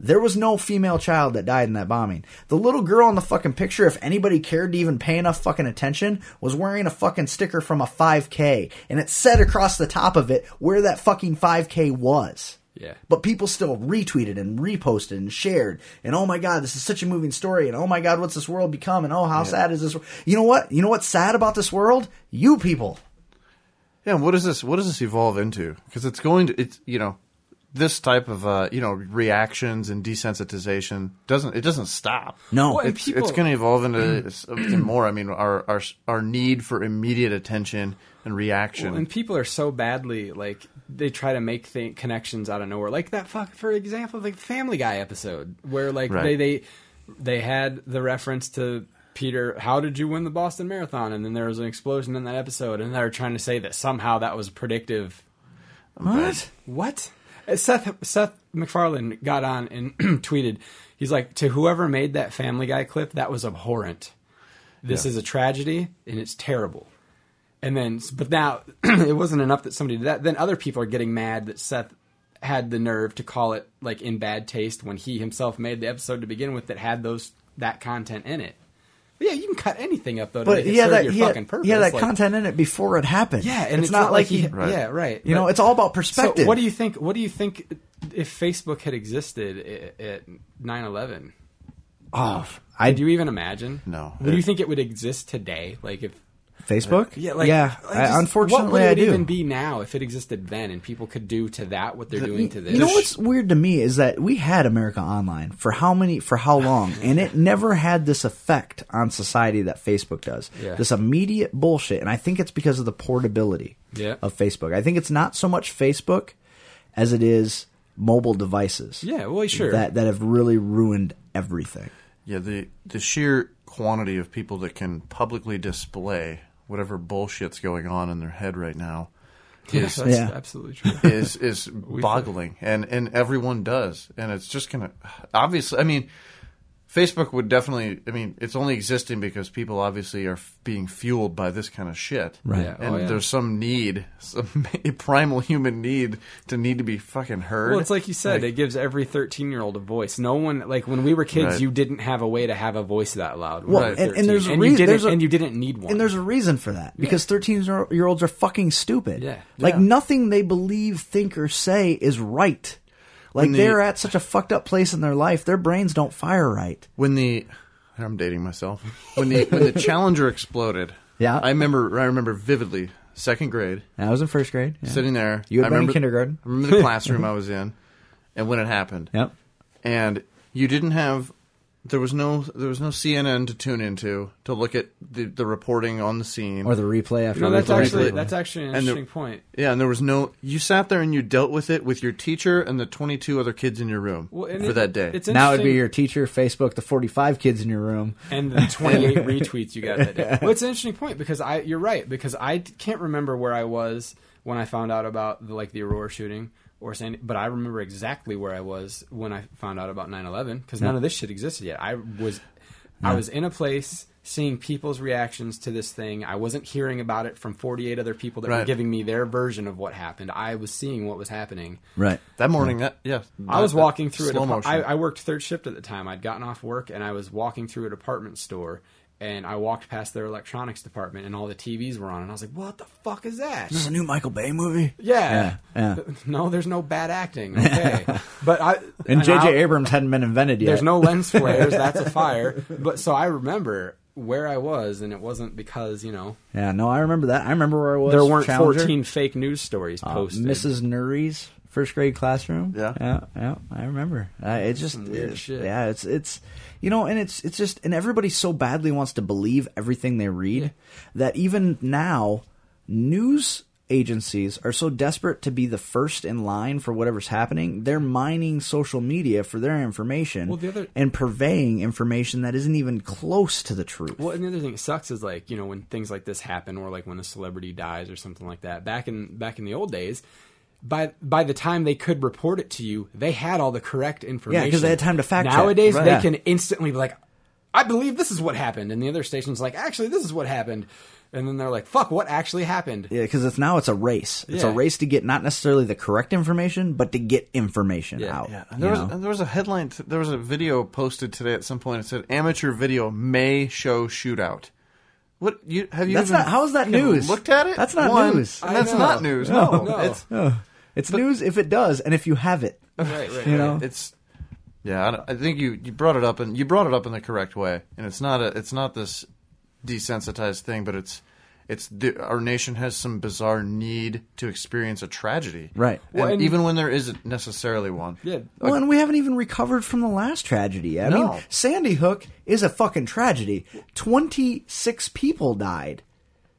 There was no female child that died in that bombing. The little girl in the fucking picture, if anybody cared to even pay enough fucking attention, was wearing a fucking sticker from a 5K, and it said across the top of it where that fucking 5K was. Yeah. But people still retweeted and reposted and shared, and oh my god, this is such a moving story, and oh my god, what's this world become, and oh how sad is this? wor-" You know what? You know what's sad about this world? You people. Yeah. and What is this? What does this evolve into? Because it's going to. It's you know, this type of uh, you know reactions and desensitization doesn't it doesn't stop. No. Well, and it's, people- it's going to evolve into something more. I mean, our our our need for immediate attention and reaction. Well, and people are so badly like they try to make th- connections out of nowhere. Like that fuck for example, the Family Guy episode where like Right. they they they had the reference to Peter, how did you win the Boston Marathon? And then there was an explosion in that episode, and they're trying to say that somehow that was predictive. What? What? Uh, Seth Seth MacFarlane got on and tweeted, he's like, to whoever made that Family Guy clip, that was abhorrent. This Yeah. is a tragedy, and it's terrible. And then, but now it wasn't enough that somebody did that. Then other people are getting mad that Seth had the nerve to call it like in bad taste when he himself made the episode to begin with that had those that content in it. But yeah, you can cut anything up though. To But make it yeah, serve that your he had, fucking purpose. he had that like- content in it before it happened. Yeah, and it's, not, like he. Right. Yeah, right. You know, But- it's all about perspective. So what do you think? What do you think if Facebook had existed i- at 9/11? Oh, Could you even imagine? No. Do you think it would exist today? Like if Facebook? yeah. like I- just- unfortunately, what would I it do. even be now if it existed then, and people could do to that what they're doing to this? You know what's weird to me is that we had America Online for how many for how long, and it never had this effect on society that Facebook does. Yeah. This immediate bullshit, and I think it's because of the portability Yeah. of Facebook. I think it's not so much Facebook as it is mobile devices. Yeah, well, sure. That that have really ruined everything. Yeah, the the sheer quantity of people that can publicly display whatever bullshit's going on in their head right now Yes, that's Yeah. absolutely true. is is boggling, and and everyone does, and it's just gonna obviously. I mean, Facebook would definitely. I mean, it's only existing because people obviously are f- being fueled by this kind of shit, Right. Yeah, And oh, yeah. there's some need, some primal human need to need to be fucking heard. Well, it's like you said, it gives every 13 year old a voice. No one, like when we were kids, Right. you didn't have a way to have a voice that loud. when Well, you were and- and 13, there's a and, reason- you didn't, there's a- and you didn't need one. And there's a reason for that because 13 year olds are fucking stupid. Yeah. Like Yeah. nothing they believe, think, or say is right. Like When the- they're at such a fucked up place in their life, their brains don't fire right. when the I'm dating myself. When the when the Challenger exploded. Yeah. I remember I remember vividly second grade I was in first grade. sitting there. You had I been in remember, kindergarten? I remember the classroom I was in, and when it happened. Yep. And you didn't have. There was no there was no CNN to tune into to look at the, the reporting on the scene Or the replay after no, that's replay. actually Right. that's actually an And the- interesting point. yeah and there was no you sat there and you dealt with it with your teacher and the 22 other kids in your room Well, and for it- that day it's now it'd be interesting- your teacher, Facebook, the 45 kids in your room. and the 28 retweets you got that day. Well, it's an interesting point because I you're right because I d- can't remember where I was when I found out about the, like the Aurora shooting or Sandy, but I remember exactly where I was when I found out about 9/11 because none of this shit existed yet. I was I was in a place seeing people's reactions to this thing. I wasn't hearing about it from 48 other people that were Right. giving me their version of what happened. I was seeing what was happening. Right. that morning that yeah I was Uh, that- walking through slow an apar- motion. I, I worked third shift at the time. I'd gotten off work and I was walking through a department store and I walked past their electronics department and all the TVs were on and I was like, "What the fuck is that?" This is a new Michael Bay movie. yeah. Yeah, No, there's no bad acting. Okay. but I And I- J.J. Abrams hadn't been invented yet. there's no lens flares, that's a fire. But so I remember where I was and it wasn't because, you know, Yeah, no, I remember that. I remember where I was. there weren't Challenger. 14 fake news stories Uh, posted. Mrs. Nuri's first grade classroom. Yeah. yeah, yeah, I remember. Uh, it just weird it- shit. Yeah, it's it's you know, and it's it's just and everybody so badly wants to believe everything they read that even now news agencies are so desperate to be the first in line for whatever's happening they're mining social media for their information Well, the other- and purveying information that isn't even close to the truth Well, and the other thing that sucks is like you know when things like this happen, or like when a celebrity dies or something like that. Back in back in the old days, by by the time they could report it to you, they had all the correct information. they had time to fact check. Nowadays, Right. they Yeah. can instantly be like, "I believe this is what happened," and the other station's like, "Actually, this is what happened," and then they're like, "Fuck, what actually happened?" Yeah, because it's now it's a race. It's a Yeah. race to get not necessarily the correct information, but to get information Yeah, out. Yeah, you and there was know? and there was a headline. Th- there was a video posted today at some point. It said amateur video may show shootout. What you have you? That's even not- how is that fucking news? Looked at it. That's not One, news. and I that's know. not news. No, No, no. it's it's news if it does, and if you have it. Right, right, You right. know? it's yeah. I, don't- I think you, you brought it up and you brought it up in the correct way. And it's not a it's not this desensitized thing, but it's It's the, our nation has some bizarre need to experience a tragedy, Right. And Well, and- even when there isn't necessarily one, Yeah. Well, and we haven't even recovered from the last tragedy. I No. mean, Sandy Hook is a fucking tragedy. 26 people died.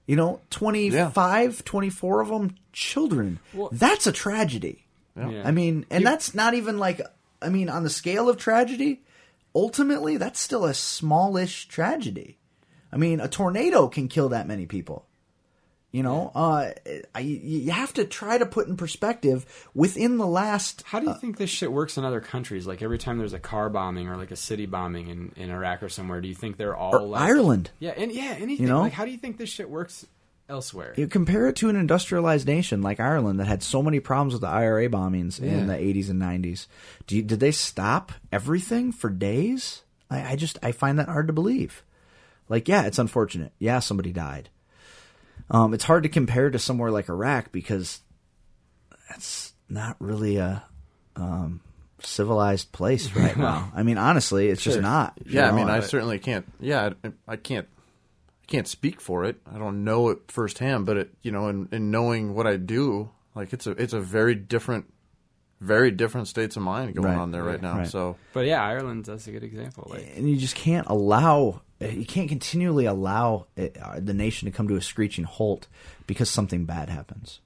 You know, 25, 24 of them children. that's a tragedy. Yeah. I mean, and that's not even like, I mean, on the scale of tragedy, ultimately, that's still a smallish tragedy. I mean, a tornado can kill that many people. You know, uh, I, you have to try to put in perspective within the last How do you think this shit works in other countries? Like every time there's a car bombing or like a city bombing in, in Iraq or somewhere, do you think they're all like Ireland. Yeah, and yeah, anything. You know? Like how do you think this shit works elsewhere? You compare it to an industrialized nation like Ireland that had so many problems with the IRA bombings in the Yeah. 80s and 90s. Do you, did they stop everything for days? I, I just I find that hard to believe. Like, yeah, it's unfortunate. Yeah, somebody died. Um, it's hard to compare to somewhere like Iraq because that's not really a um, civilized place right now. I mean, honestly, it's just not. you Yeah, I know? mean, I certainly can't. Yeah, I, I can't. I can't speak for it. I don't know it firsthand, but it, you know, in, in knowing what I do, like it's a it's a very different, very different states of mind going Right, on there right now. right. So But yeah, Ireland that's a good example. Like and you just can't allow you can't continually allow it, uh, the nation to come to a screeching halt because something bad happens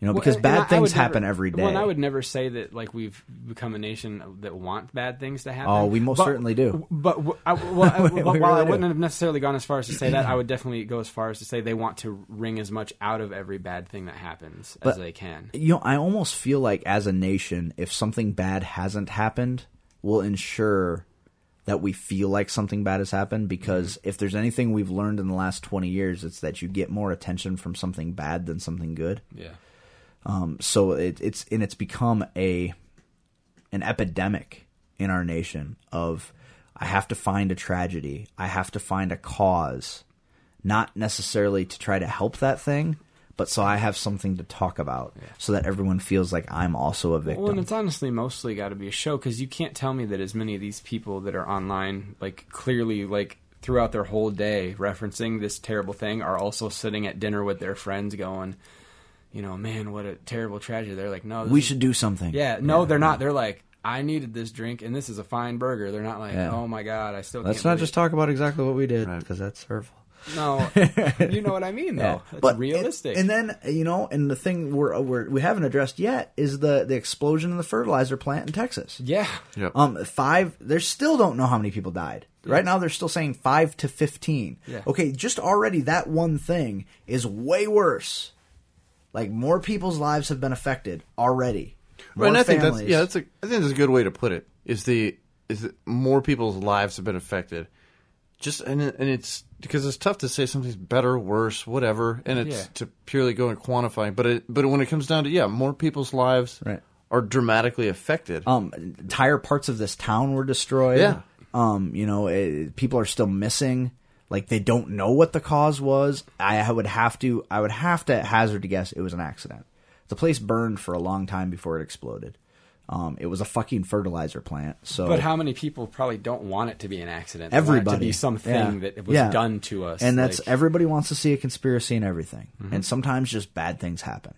you know because and- and I- bad I things would never- happen every day Well, and I would never say that like we've become a nation that want bad things to happen. Oh, we most But- certainly do. But w- I, well, I- We- while we I really do. wouldn't have necessarily gone as far as to say that, I would definitely go as far as to say they want to wring as much out of every bad thing that happens as they can. you know i almost feel like as a nation if something bad hasn't happened we'll ensure that we feel like something bad has happened because if there's anything we've learned in the last 20 years it's that you get more attention from something bad than something good Yeah. so it, it's and it's become a an epidemic in our nation of I have to find a tragedy, I have to find a cause, not necessarily to try to help that thing, but so I have something to talk about, so that everyone feels like I'm also a victim. Well, and it's honestly mostly got to be a show because you can't tell me that as many of these people that are online, like clearly, like throughout their whole day referencing this terrible thing, are also sitting at dinner with their friends going, you know, man, what a terrible tragedy. They're like, no, this we is- should do something. Yeah, no, they're not. They're like, I needed this drink, and this is a fine burger. They're not like, Yeah. oh my god, I still. Let's can't not just talk about exactly what we did because that's hurtful. believe-" No, you know what I mean, though. It's realistic. And, and then you know, and the thing we're, we're we haven't addressed yet is the the explosion in the fertilizer plant in Texas. yeah, yeah, Um, five. They still don't know how many people died. Right now, they're still saying five to fifteen. Yeah. Okay, just already that one thing is way worse. Like more people's lives have been affected already. More Right, and I think that's families. yeah, that's a, I think that's a good way to put it. Is the is that more people's lives have been affected. Just and it- and it's because it's tough to say something's better, worse, whatever, and it's Yeah. to purely go and quantify. But it, but when it comes down to yeah, more people's lives Right. are dramatically affected. um, entire parts of this town were destroyed. Yeah. Um, you know, it, people are still missing. Like they don't know what the cause was. I would have to. I would have to hazard a guess it was an accident. The place burned for a long time before it exploded. Um, it was a fucking fertilizer plant. So, but how many people probably don't want it to be an accident? They want it everybody to be something Yeah. that was Yeah. done to us, and that's like- Mm-hmm. everybody wants to see a conspiracy in everything and sometimes just bad things happen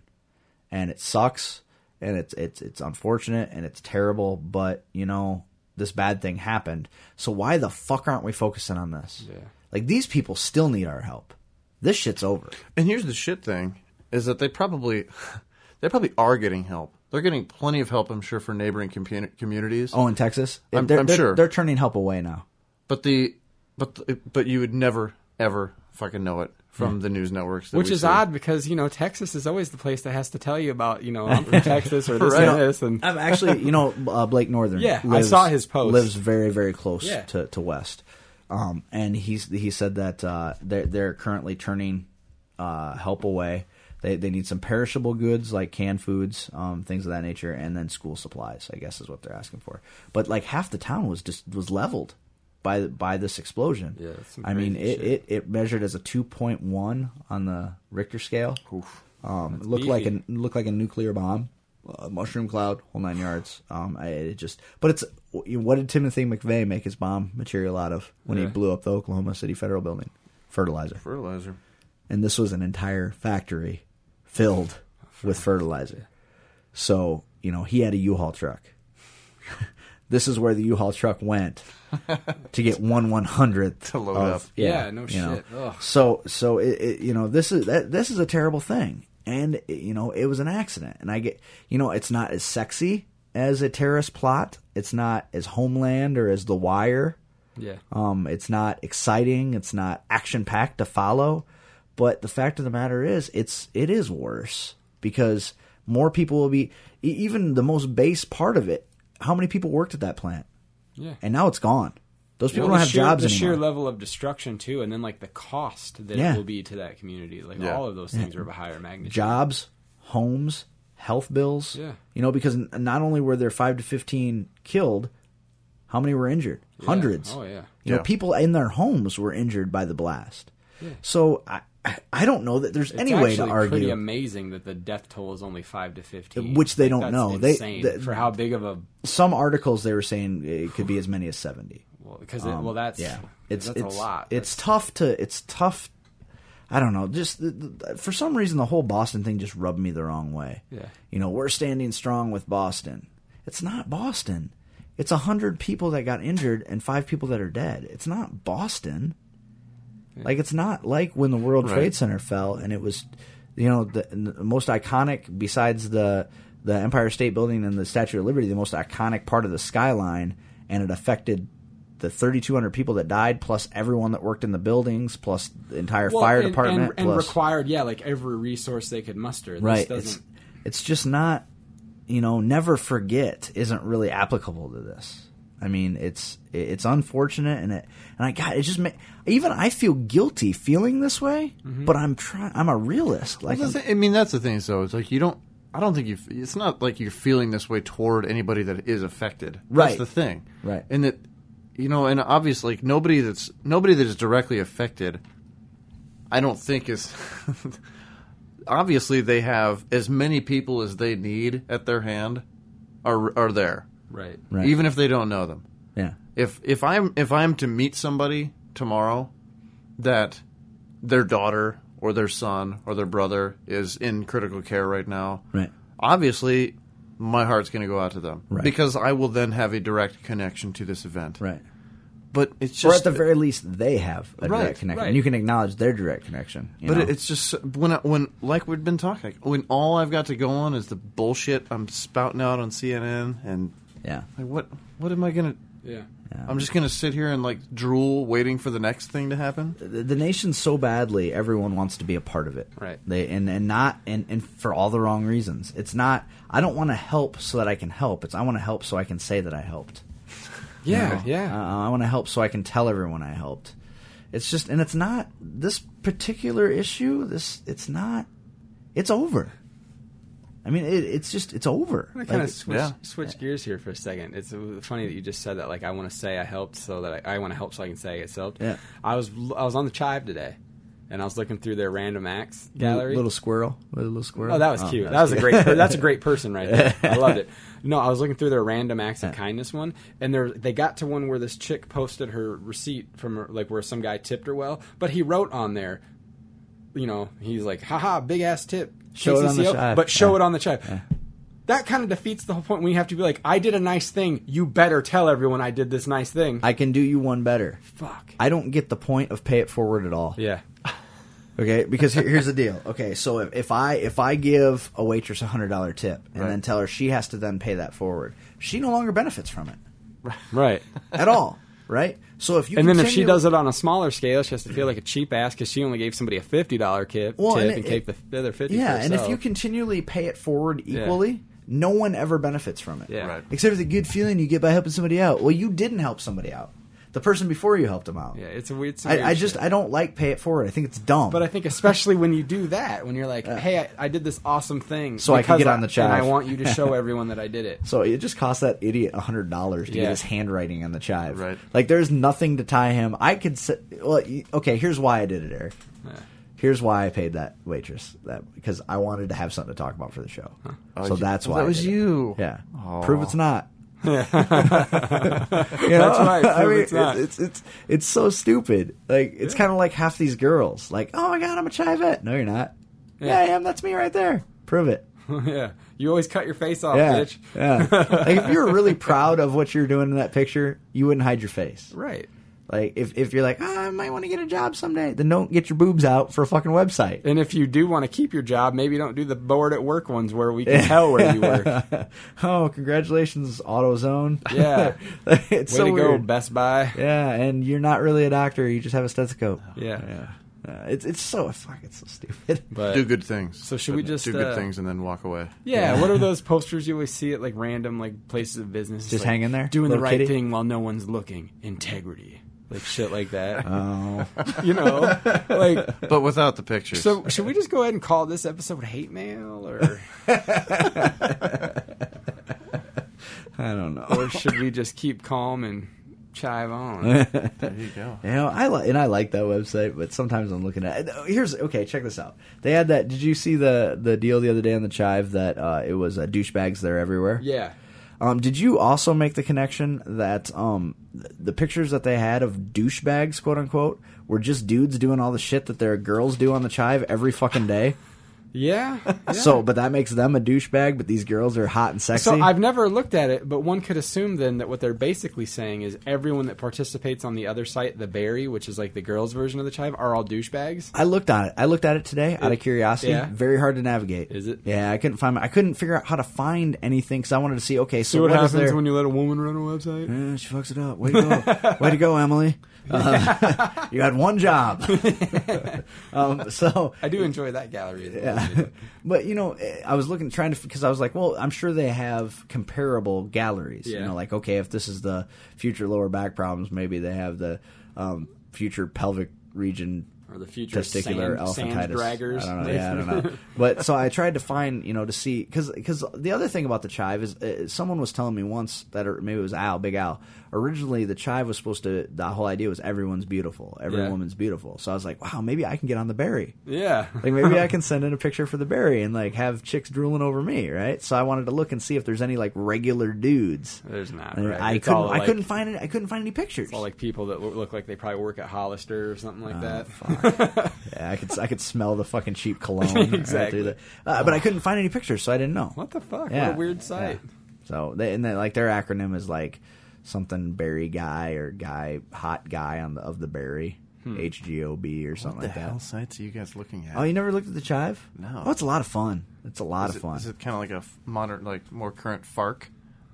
and it sucks and it's it's it's unfortunate and it's terrible but you know this bad thing happened so why the fuck aren't we focusing on this yeah. like these people still need our help this shit's over And here's the shit thing is that they probably they probably are getting help. They're getting plenty of help, I'm sure, for neighboring compu- communities. oh in texas I'm- they're, I'm they're- sure. they're turning help away now But the but the, but you would never ever fucking know it from the news networks. that Which we is see. odd because you know Texas is always the place that has to tell you about you know I'm from Texas or this and this and I'm actually, you know, uh, Blake Northern. Yeah, I saw his post. Lives very, very close Yeah. to, to West, um, and he's he said that uh, they're they're currently turning uh, help away. They they need some perishable goods like canned foods, um, things of that nature, and then school supplies. I guess is what they're asking for. But like half the town was just was leveled by by this explosion. Yeah, that's some I mean crazy it, it shit. it measured as a two point one on the Richter scale. Um, it looked like beefy. an looked like a nuclear bomb, a mushroom cloud, whole nine yards. Um, I, it just, but it's what did Timothy McVeigh make his bomb material out of when he Yeah. blew up the Oklahoma City federal building? Fertilizer. fertilizer. and this was an entire factory filled with fertilizer. So, you know, he had a U-Haul truck. this is where the U-Haul truck went to get one one hundredth To load up. Yeah, no you know. shit. Ugh. So, so it, it, you know, this is that, this is a terrible thing, and you know, it was an accident. And I get, you know, it's not as sexy as a terrorist plot. It's not as Homeland or as The Wire. Yeah. Um, it's not exciting. It's not action packed to follow. But the fact of the matter is, it's it is worse because more people will be e- even the most base part of it. How many people worked at that plant? Yeah. And now it's gone. Those people Well, don't the have sheer- jobs the anymore. sheer level of destruction too, and then like the cost that Yeah. it will be to that community. Like Yeah. all of those things are of a higher magnitude. jobs, homes, health bills. Yeah. You know, because n- not only were there five to fifteen killed, how many were injured? Hundreds. Oh, yeah. You know, Yeah. people in their homes were injured by the blast. So I, I- I don't know that there's It's any way to actually argue. pretty amazing that the death toll is only five to fifteen, Which they Like, don't that's know. They- Insane the- for how big of a Some articles they were saying it could be as many as seventy. well, because well that's Um, yeah, it's that's it's a lot. It's tough to it's tough. I don't know. Just the, the, for some reason, the whole Boston thing just rubbed me the wrong way. Yeah. You know, we're standing strong with Boston. It's not Boston. It's a hundred people that got injured and five people that are dead. It's not Boston. Like it's not like when the World Right. Trade Center fell and it was, you know, the, the most iconic besides the the Empire State Building and the Statue of Liberty, the most iconic part of the skyline, and it affected the 3,200 people that died, plus everyone that worked in the buildings, plus the entire Well, fire and- department, and, and plus required. Yeah, like every resource they could muster. This right. It's doesn't. it's just not, you know, never forget isn't really applicable to this. I mean, it's it's unfortunate, and it and I got it just ma- even I feel guilty feeling this way, but I'm trying. I'm a realist. Like Mm-hmm. Well, the thi- I mean, that's the thing. So it's like you don't. I don't think you. f- It's not like you're feeling this way toward anybody that is affected. Right. That's the thing. Right. And that, you know, and obviously like, nobody that's nobody that is directly affected. I don't think is. obviously, they have as many people as they need at their hand, are are there, Right. Right. even if they don't know them yeah, if if I'm if I'm to meet somebody tomorrow that their daughter or their son or their brother is in critical care right now, Right. Obviously, my heart's going to go out to them Right. because I will then have a direct connection to this event. right. But it's or just at the very least, they have a Right, direct connection. right. You can acknowledge their direct connection. you But know? it it's just when I, when like we've been talking when all I've got to go on is the bullshit I'm spouting out on CNN and yeah, like what what am I gonna Yeah. I'm just gonna sit here and like drool waiting for the next thing to happen. the, the nation so badly everyone wants to be a part of it Right. they and and not and and for all the wrong reasons it's not i don't want to help so that i can help it's i want to help so i can say that i helped Yeah. Yeah. uh, i want to help so i can tell everyone i helped it's just and it's not this particular issue this it's not it's over i mean it, it's just it's over I'm gonna kind Like, of switch, yeah. switch gears here for a second. It's uh, funny that you just said that. Like, I want to say I helped, so that I, I want to help, so I can say it's helped. Yeah. I was I was on the chive today, and I was looking through their random acts gallery. little squirrel little squirrel Oh, that was cute. That was a great. per- That's a great person right there. I loved it. No, I was looking through their random acts of kindness one, and there they got to one where this chick posted her receipt from her, like where some guy tipped her well, but he wrote on there, you know, he's like, haha, big ass tip, Show it on the TCCO," chive. but show Yeah. it on the chive. That kind of defeats the whole point when you have to be like, I did a nice thing. You better tell everyone I did this nice thing. i can do you one better Fuck. i don't get the point of pay it forward at all yeah. Okay, because here- here's the deal. Okay, so if, if I if I give a waitress a hundred dollar tip and Right. then tell her she has to then pay that forward, she no longer benefits from it Right. at all, right? So if you And then if she continue- does it on a smaller scale, she has to feel like a cheap ass because she only gave somebody a fifty dollar tip, Well, tip and and, it- kept the other fifty. yeah, for and if herself. you continually pay it forward equally, no one ever benefits from it, yeah, Right. Except for the good feeling you get by helping somebody out. Well, you didn't help somebody out. The person before you helped them out. yeah, it's a weird. it's a I, weird I just shit. I don't like pay it forward. I think it's dumb. but I think especially when you do that, when you're like, hey, I, I did this awesome thing, So I could because get on the and I chive." want you to show everyone that I did it. So it just cost that idiot hundred dollars to Yeah. get his handwriting on the chive. Right. Like there's nothing to tie him. I could say, well, y- okay. Here's why I did it, Eric. Here's why I paid that waitress that because I wanted to have something to talk about for the show. So that's Oh, why that I was did it. you. Yeah. Aw. Prove it's not. You know? That's right, I prove mean, it's not. it's it's it's so stupid. Like it's kind of like half these girls. Like, oh my god, I'm a chivette. No, you're not. Yeah, I am. That's me right there. Prove it. yeah. You always cut your face off, Yeah, bitch. yeah. like if you're really proud of what you're doing in that picture, you wouldn't hide your face. Right. Like if if you're like, oh, I might want to get a job someday, then don't get your boobs out for a fucking website. And if you do want to keep your job, maybe don't do the bored at work ones where we can tell where you work. oh, congratulations, AutoZone. Yeah. it's Way so to go, weird. Best Buy. Yeah, and you're not really a doctor; you just have a stethoscope. Yeah. Uh, it's it's so fuck. It's so stupid. But Do good things. So should we But just, do good uh, things and then walk away? yeah, what are those posters you always see at like random like places of business? It's Just like, hanging there? doing the Little right kitty? thing while no one's looking. Integrity, like shit like that. Oh, you know, like. But without the pictures. So should we just go ahead and call this episode hate mail, or I don't know. or should we just keep calm and chive on? there you go. You know, I li- and I like that website, but sometimes I'm looking at oh, here's okay. Check this out. They had that. Did you see the the deal the other day on the Chive that uh, it was uh, douchebags there everywhere? Yeah, Um, did you also make the connection that um th- the pictures that they had of douchebags, quote unquote, were just dudes doing all the shit that their girls do on the Chive every fucking day? yeah. yeah. So, but that makes them a douchebag, but these girls are hot and sexy. So I've never looked at it, but one could assume then that what they're basically saying is everyone that participates on the other site, the Barry, which is like the girls' version of the Chive, are all douchebags. I looked on it. I looked at it today out of curiosity. yeah. Very hard to navigate. Is it? Yeah, I couldn't find. I couldn't figure out how to find anything because I wanted to see. Okay, so See what, what is happens there? when you let a woman run a website? Eh, she fucks it up. Way to go! Way to go, Emily. Uh, you had one job. um, so I do enjoy that gallery. yeah. but you know, eh, I was looking trying to because I was like, well, I'm sure they have comparable galleries. You Yeah. know, like okay, if this is the future lower back problems, maybe they have the um, future pelvic region Or the future testicular sand, sand elephantitis. draggers. I don't know. Yeah, I don't know. But so I tried to find, you know, to see because the other thing about the chive is uh, someone was telling me once that or maybe it was Al, Big Al. Originally, the chive was supposed to. The whole idea was everyone's beautiful, every Yeah. woman's beautiful. So I was like, wow, maybe I can get on the berry. yeah. Like maybe I can send in a picture for the berry and like have chicks drooling over me, right? So I wanted to look and see if there's any like regular dudes. There's not. And Right? I It's couldn't. all, I like- couldn't find it. I couldn't find any pictures. all like people that lo- look like they probably work at Hollister or something Oh, like that. Yeah, I could I could smell the fucking cheap cologne. right Exactly. through the- uh, but I couldn't find any pictures, so I didn't know. What the fuck? Yeah, What a weird yeah. site. So they and they, like their acronym is like something berry guy or guy hot guy on the of the berry H G O B or something Hmm. What the like hell that. sites are you guys looking at? Oh, you never looked at the chive? No. Oh, it's a lot of fun. It's a lot of is it, fun. Is it kind of like a f- modern, like more current FARC,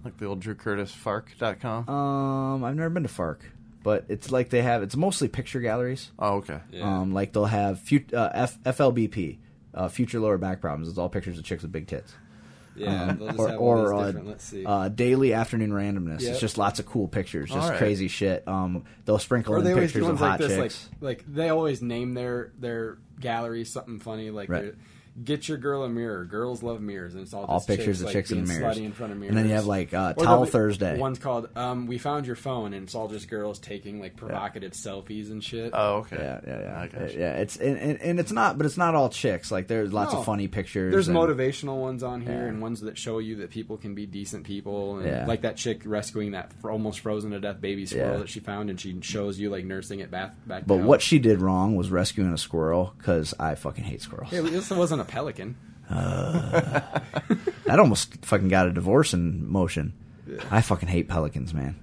like the old Drew Curtis FARC.com? um, I've never been to FARC, but it's like they have. It's mostly picture galleries. oh, okay. Um, like they'll have fut- uh, F- FLBP, uh, future lower back problems. It's all pictures of chicks with big tits. Yeah, they'll just or, have all or these uh, different. Let's see. uh, daily afternoon randomness. Yep. It's just lots of cool pictures, just Alright. crazy shit. Um, they'll sprinkle or in they always do pictures of ones like hot this, chicks. like like they always name their their gallery something funny, like Right. their- get your girl a mirror. Girls love mirrors, and it's all, all just pictures chicks, of like, chicks in being mirrors, slutty in front of mirrors. and then you have like uh, Or Towel there'll be- Thursday. One's called um, "We Found Your Phone," and it's all just girls taking like provocative selfies and shit. Oh, okay. yeah, yeah, yeah, I gotcha. yeah. It's and, and, and it's not, but it's not all chicks. Like there's lots No. of funny pictures. There's and- motivational ones on here Yeah. and ones that show you that people can be decent people. And Yeah. Like that chick rescuing that fr- almost frozen to death baby squirrel Yeah. that she found, and she shows you like nursing it back. back But down. what she did wrong was rescuing a squirrel because I fucking hate squirrels. Hey, this wasn't a pelican. That almost fucking got a divorce in motion. I fucking hate pelicans, man.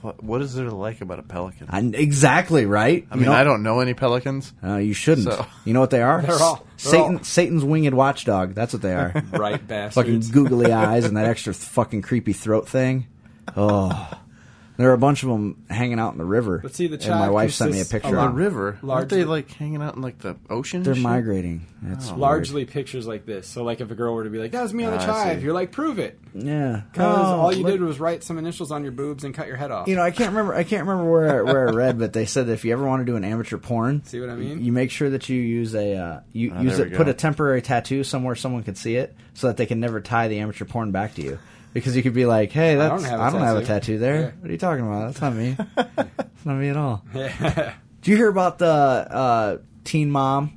What, what is there to like about a pelican? I, I, exactly right. mean, I don't know any pelicans. Uh, you shouldn't. So- You know what they are? They're all- they're Satan, all- Satan's winged watchdog. That's what they are. Right, fucking bastards. googly eyes and that extra fucking creepy throat thing. Oh, there are a bunch of them hanging out in the river. But see, the and my child wife sent me a consists picture. of The Of Um, river. Aren't largely- they like hanging out in like the ocean? and They're shit? migrating. That's weird. Oh. largely pictures like this. So, like, if a girl were to be like, "That was me on the Ah, I chive," see. you're like, "Prove it," Yeah, because Oh, all you look- did was write some initials on your boobs and cut your head off. You know, I can't remember. I can't remember where I, where I read, but they said that if you ever want to do an amateur porn, See what I mean? You make sure that you use a uh, you Ah, use there it. we Put go. a temporary tattoo somewhere someone can see it, so that they can never tie the amateur porn back to you. Because you could be like, "Hey, that's I don't have a, tattoo. there. Yeah. What are you talking about? That's not me. that's not me at all." Do you hear about the uh, Teen Mom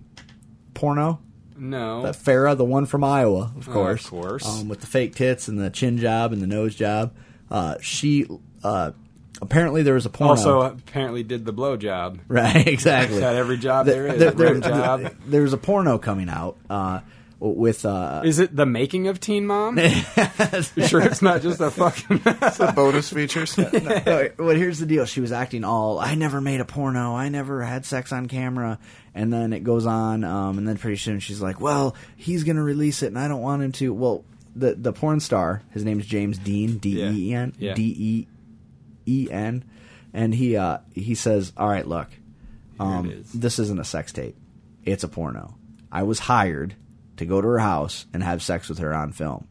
porno? Uh, no, That Farah, the one from Iowa, of course, Oh, course. um, with the fake tits and the chin job and the nose job. Uh, she uh, apparently there was a porno. Also, apparently, did the blowjob. Right, exactly. At every job there is, every job. there was a porno coming out uh, with uh, Is it the making of Teen Mom? You sure it's not just a fucking. the bonus features. no, well, here's the deal. She was acting all, I never made a porno. I never had sex on camera. And then it goes on. Um, and then pretty soon she's like, well, he's going to release it and I don't want him to. Well, the, the porn star, his name's James Dean, D E E N, Yeah. D E E N. And he, uh, he says, all right, look, um, is. this isn't a sex tape. It's a porno. I was hired to go to her house and have sex with her on film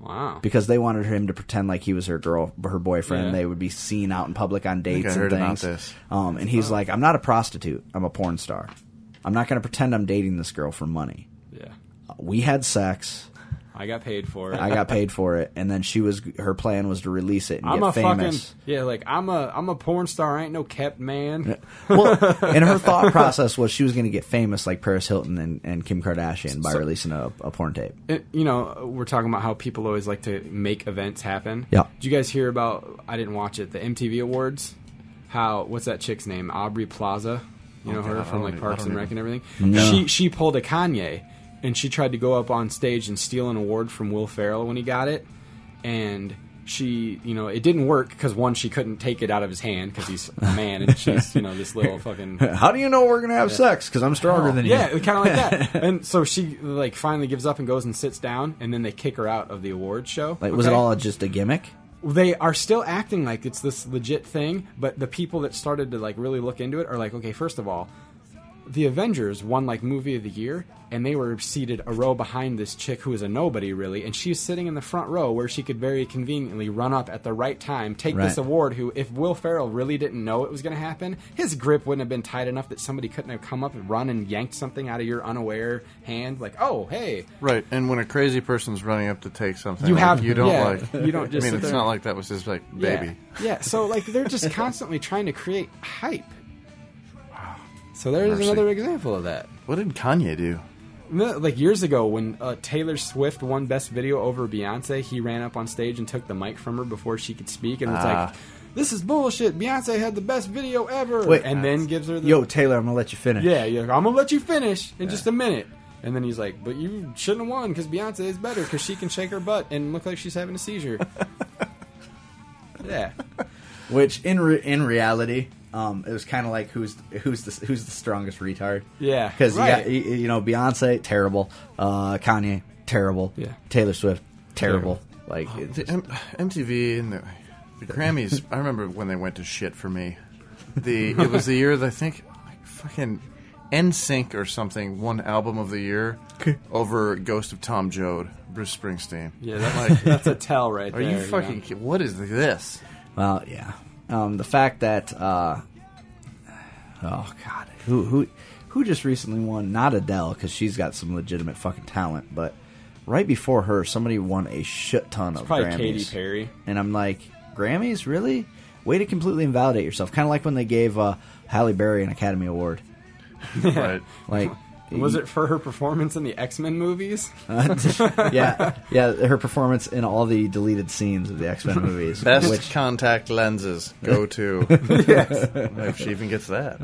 wow. because they wanted him to pretend like he was her girl, her boyfriend. Yeah. They would be seen out in public on think dates and I heard about things. this. Um, and Oh. he's like, "I'm not a prostitute. I'm a porn star. I'm not going to pretend I'm dating this girl for money. Yeah. We had sex. I got paid for it. I got paid for it, and then she was her plan was to release it and I'm get a famous." fucking yeah, like I'm a I'm a porn star. I ain't no kept man. well, and her thought process was she was going to get famous like Paris Hilton and, and Kim Kardashian by releasing a, a porn tape. It- you know, we're talking about how people always like to make events happen. Yeah. Did you guys hear about? I didn't watch it. The MTV Awards. How? What's that chick's name? Aubrey Plaza. You know Oh, her God, I from don't like e- I Parks don't and even- Rec and everything. No. She she pulled a Kanye, and she tried to go up on stage and steal an award from Will Ferrell when he got it, and. She, you know, it didn't work because one, she couldn't take it out of his hand because he's a man, and she's, you know, this little fucking How do you know we're going to have sex? Because I'm stronger than you. Oh. yeah, kind of like that. And so she like finally gives up and goes and sits down, and then they kick her out of the award show. Like, was it Okay? all just a gimmick? They are still acting like it's this legit thing, but the people that started to like really look into it are like, okay, first of all, the Avengers won like movie of the year, and they were seated a row behind this chick who is a nobody really, and she's sitting in the front row where she could very conveniently run up at the right time, take Right. this award. Who, if Will Ferrell really didn't know it was going to happen, his grip wouldn't have been tight enough that somebody couldn't have come up and run and yanked something out of your unaware hand. Like, oh hey, Right, and when a crazy person's running up to take something, You like, have- you don't yeah, like. you don't just I sit mean, it's there. not like that was his like baby. Yeah. yeah. So like they're just constantly trying to create hype. So there's Mercy. another example of that. What did Kanye do? No, Like years ago, when uh, Taylor Swift won Best Video over Beyonce, he ran up on stage and took the mic from her before she could speak, and was Ah. like, "This is bullshit. Beyonce had the best video ever," Wait. and then gives her the Yo, Taylor, I'm going to let you finish. yeah, you're like, I'm gonna let you finish in just a minute. And then he's like, but you shouldn't have won because Beyonce is better because she can shake her butt and look like she's having a seizure. yeah. Which in re- in reality, um, it was kind of like who's who's the who's the strongest retard? Yeah, because right. you, know Beyonce terrible, uh, Kanye terrible, Yeah. Oh, Taylor Swift terrible. Like it's The M- MTV and the, the Grammys. I remember when they went to shit for me. The it was the year that I think like, fucking NSYNC or something won album of the year over Ghost of Tom Joad, Bruce Springsteen. Yeah, that's, like, that's a tell right Are there. you know? fucking? kid- What is this? well, yeah. Um, the fact that uh, oh god, who who who just recently won? Not Adele because she's got some legitimate fucking talent, but right before her, somebody won a shit ton of probably Grammys. Katy Perry. and I'm like, Grammys, really? Way to completely invalidate yourself. Kind of like when they gave uh, Halle Berry an Academy Award. Right. Like, Was it for her performance in the X Men movies? yeah, yeah. Her performance in all the deleted scenes of the X Men movies. Best which- contact lenses go to. If she even gets that.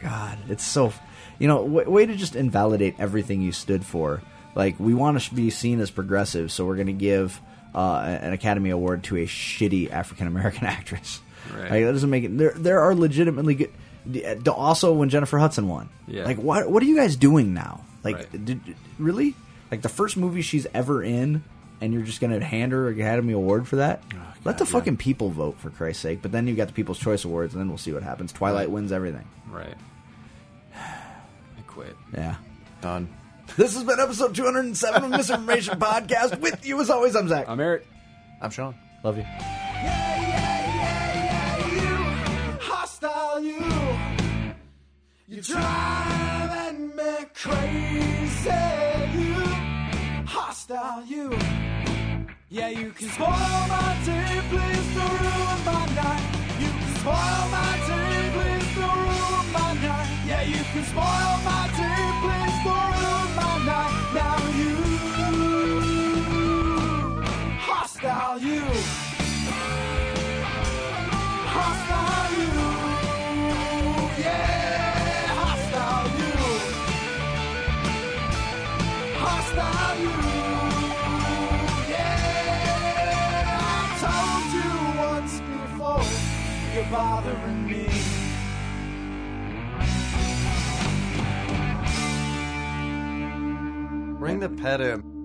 God, it's so, you know, w- way to just invalidate everything you stood for. Like, we want to be seen as progressive, so we're going to give uh, an Academy Award to a shitty African American actress. Right. Like, that doesn't make it. There, there are legitimately good. d- d- Also, when Jennifer Hudson won, Yeah. like, what, what are you guys doing now? Like, Right. did, did- really? Like the first movie she's ever in, and you're just going to hand her an Academy Award for that? Oh, Let the fucking people vote for Christ's sake. But then you've got the People's Choice Awards, and then we'll see what happens. Twilight wins everything. Right. I quit. Yeah. Done. This has been episode 207 of Misinformation Podcast. With you, as always, I'm Zach. I'm Eric. I'm Sean. Love you. Yeah, yeah, yeah, yeah, you hostile, you. You driving me crazy, you hostile, you. Yeah, you can spoil my day, please don't ruin my night. You can spoil my day, please don't ruin my night. Yeah, you can spoil my day, please don't ruin my night. Now you hostile. Hostile you. Hostile you. Yeah, hostile you. Hostile you. Yeah, I told you once before you're bothering me. Bring the pet in.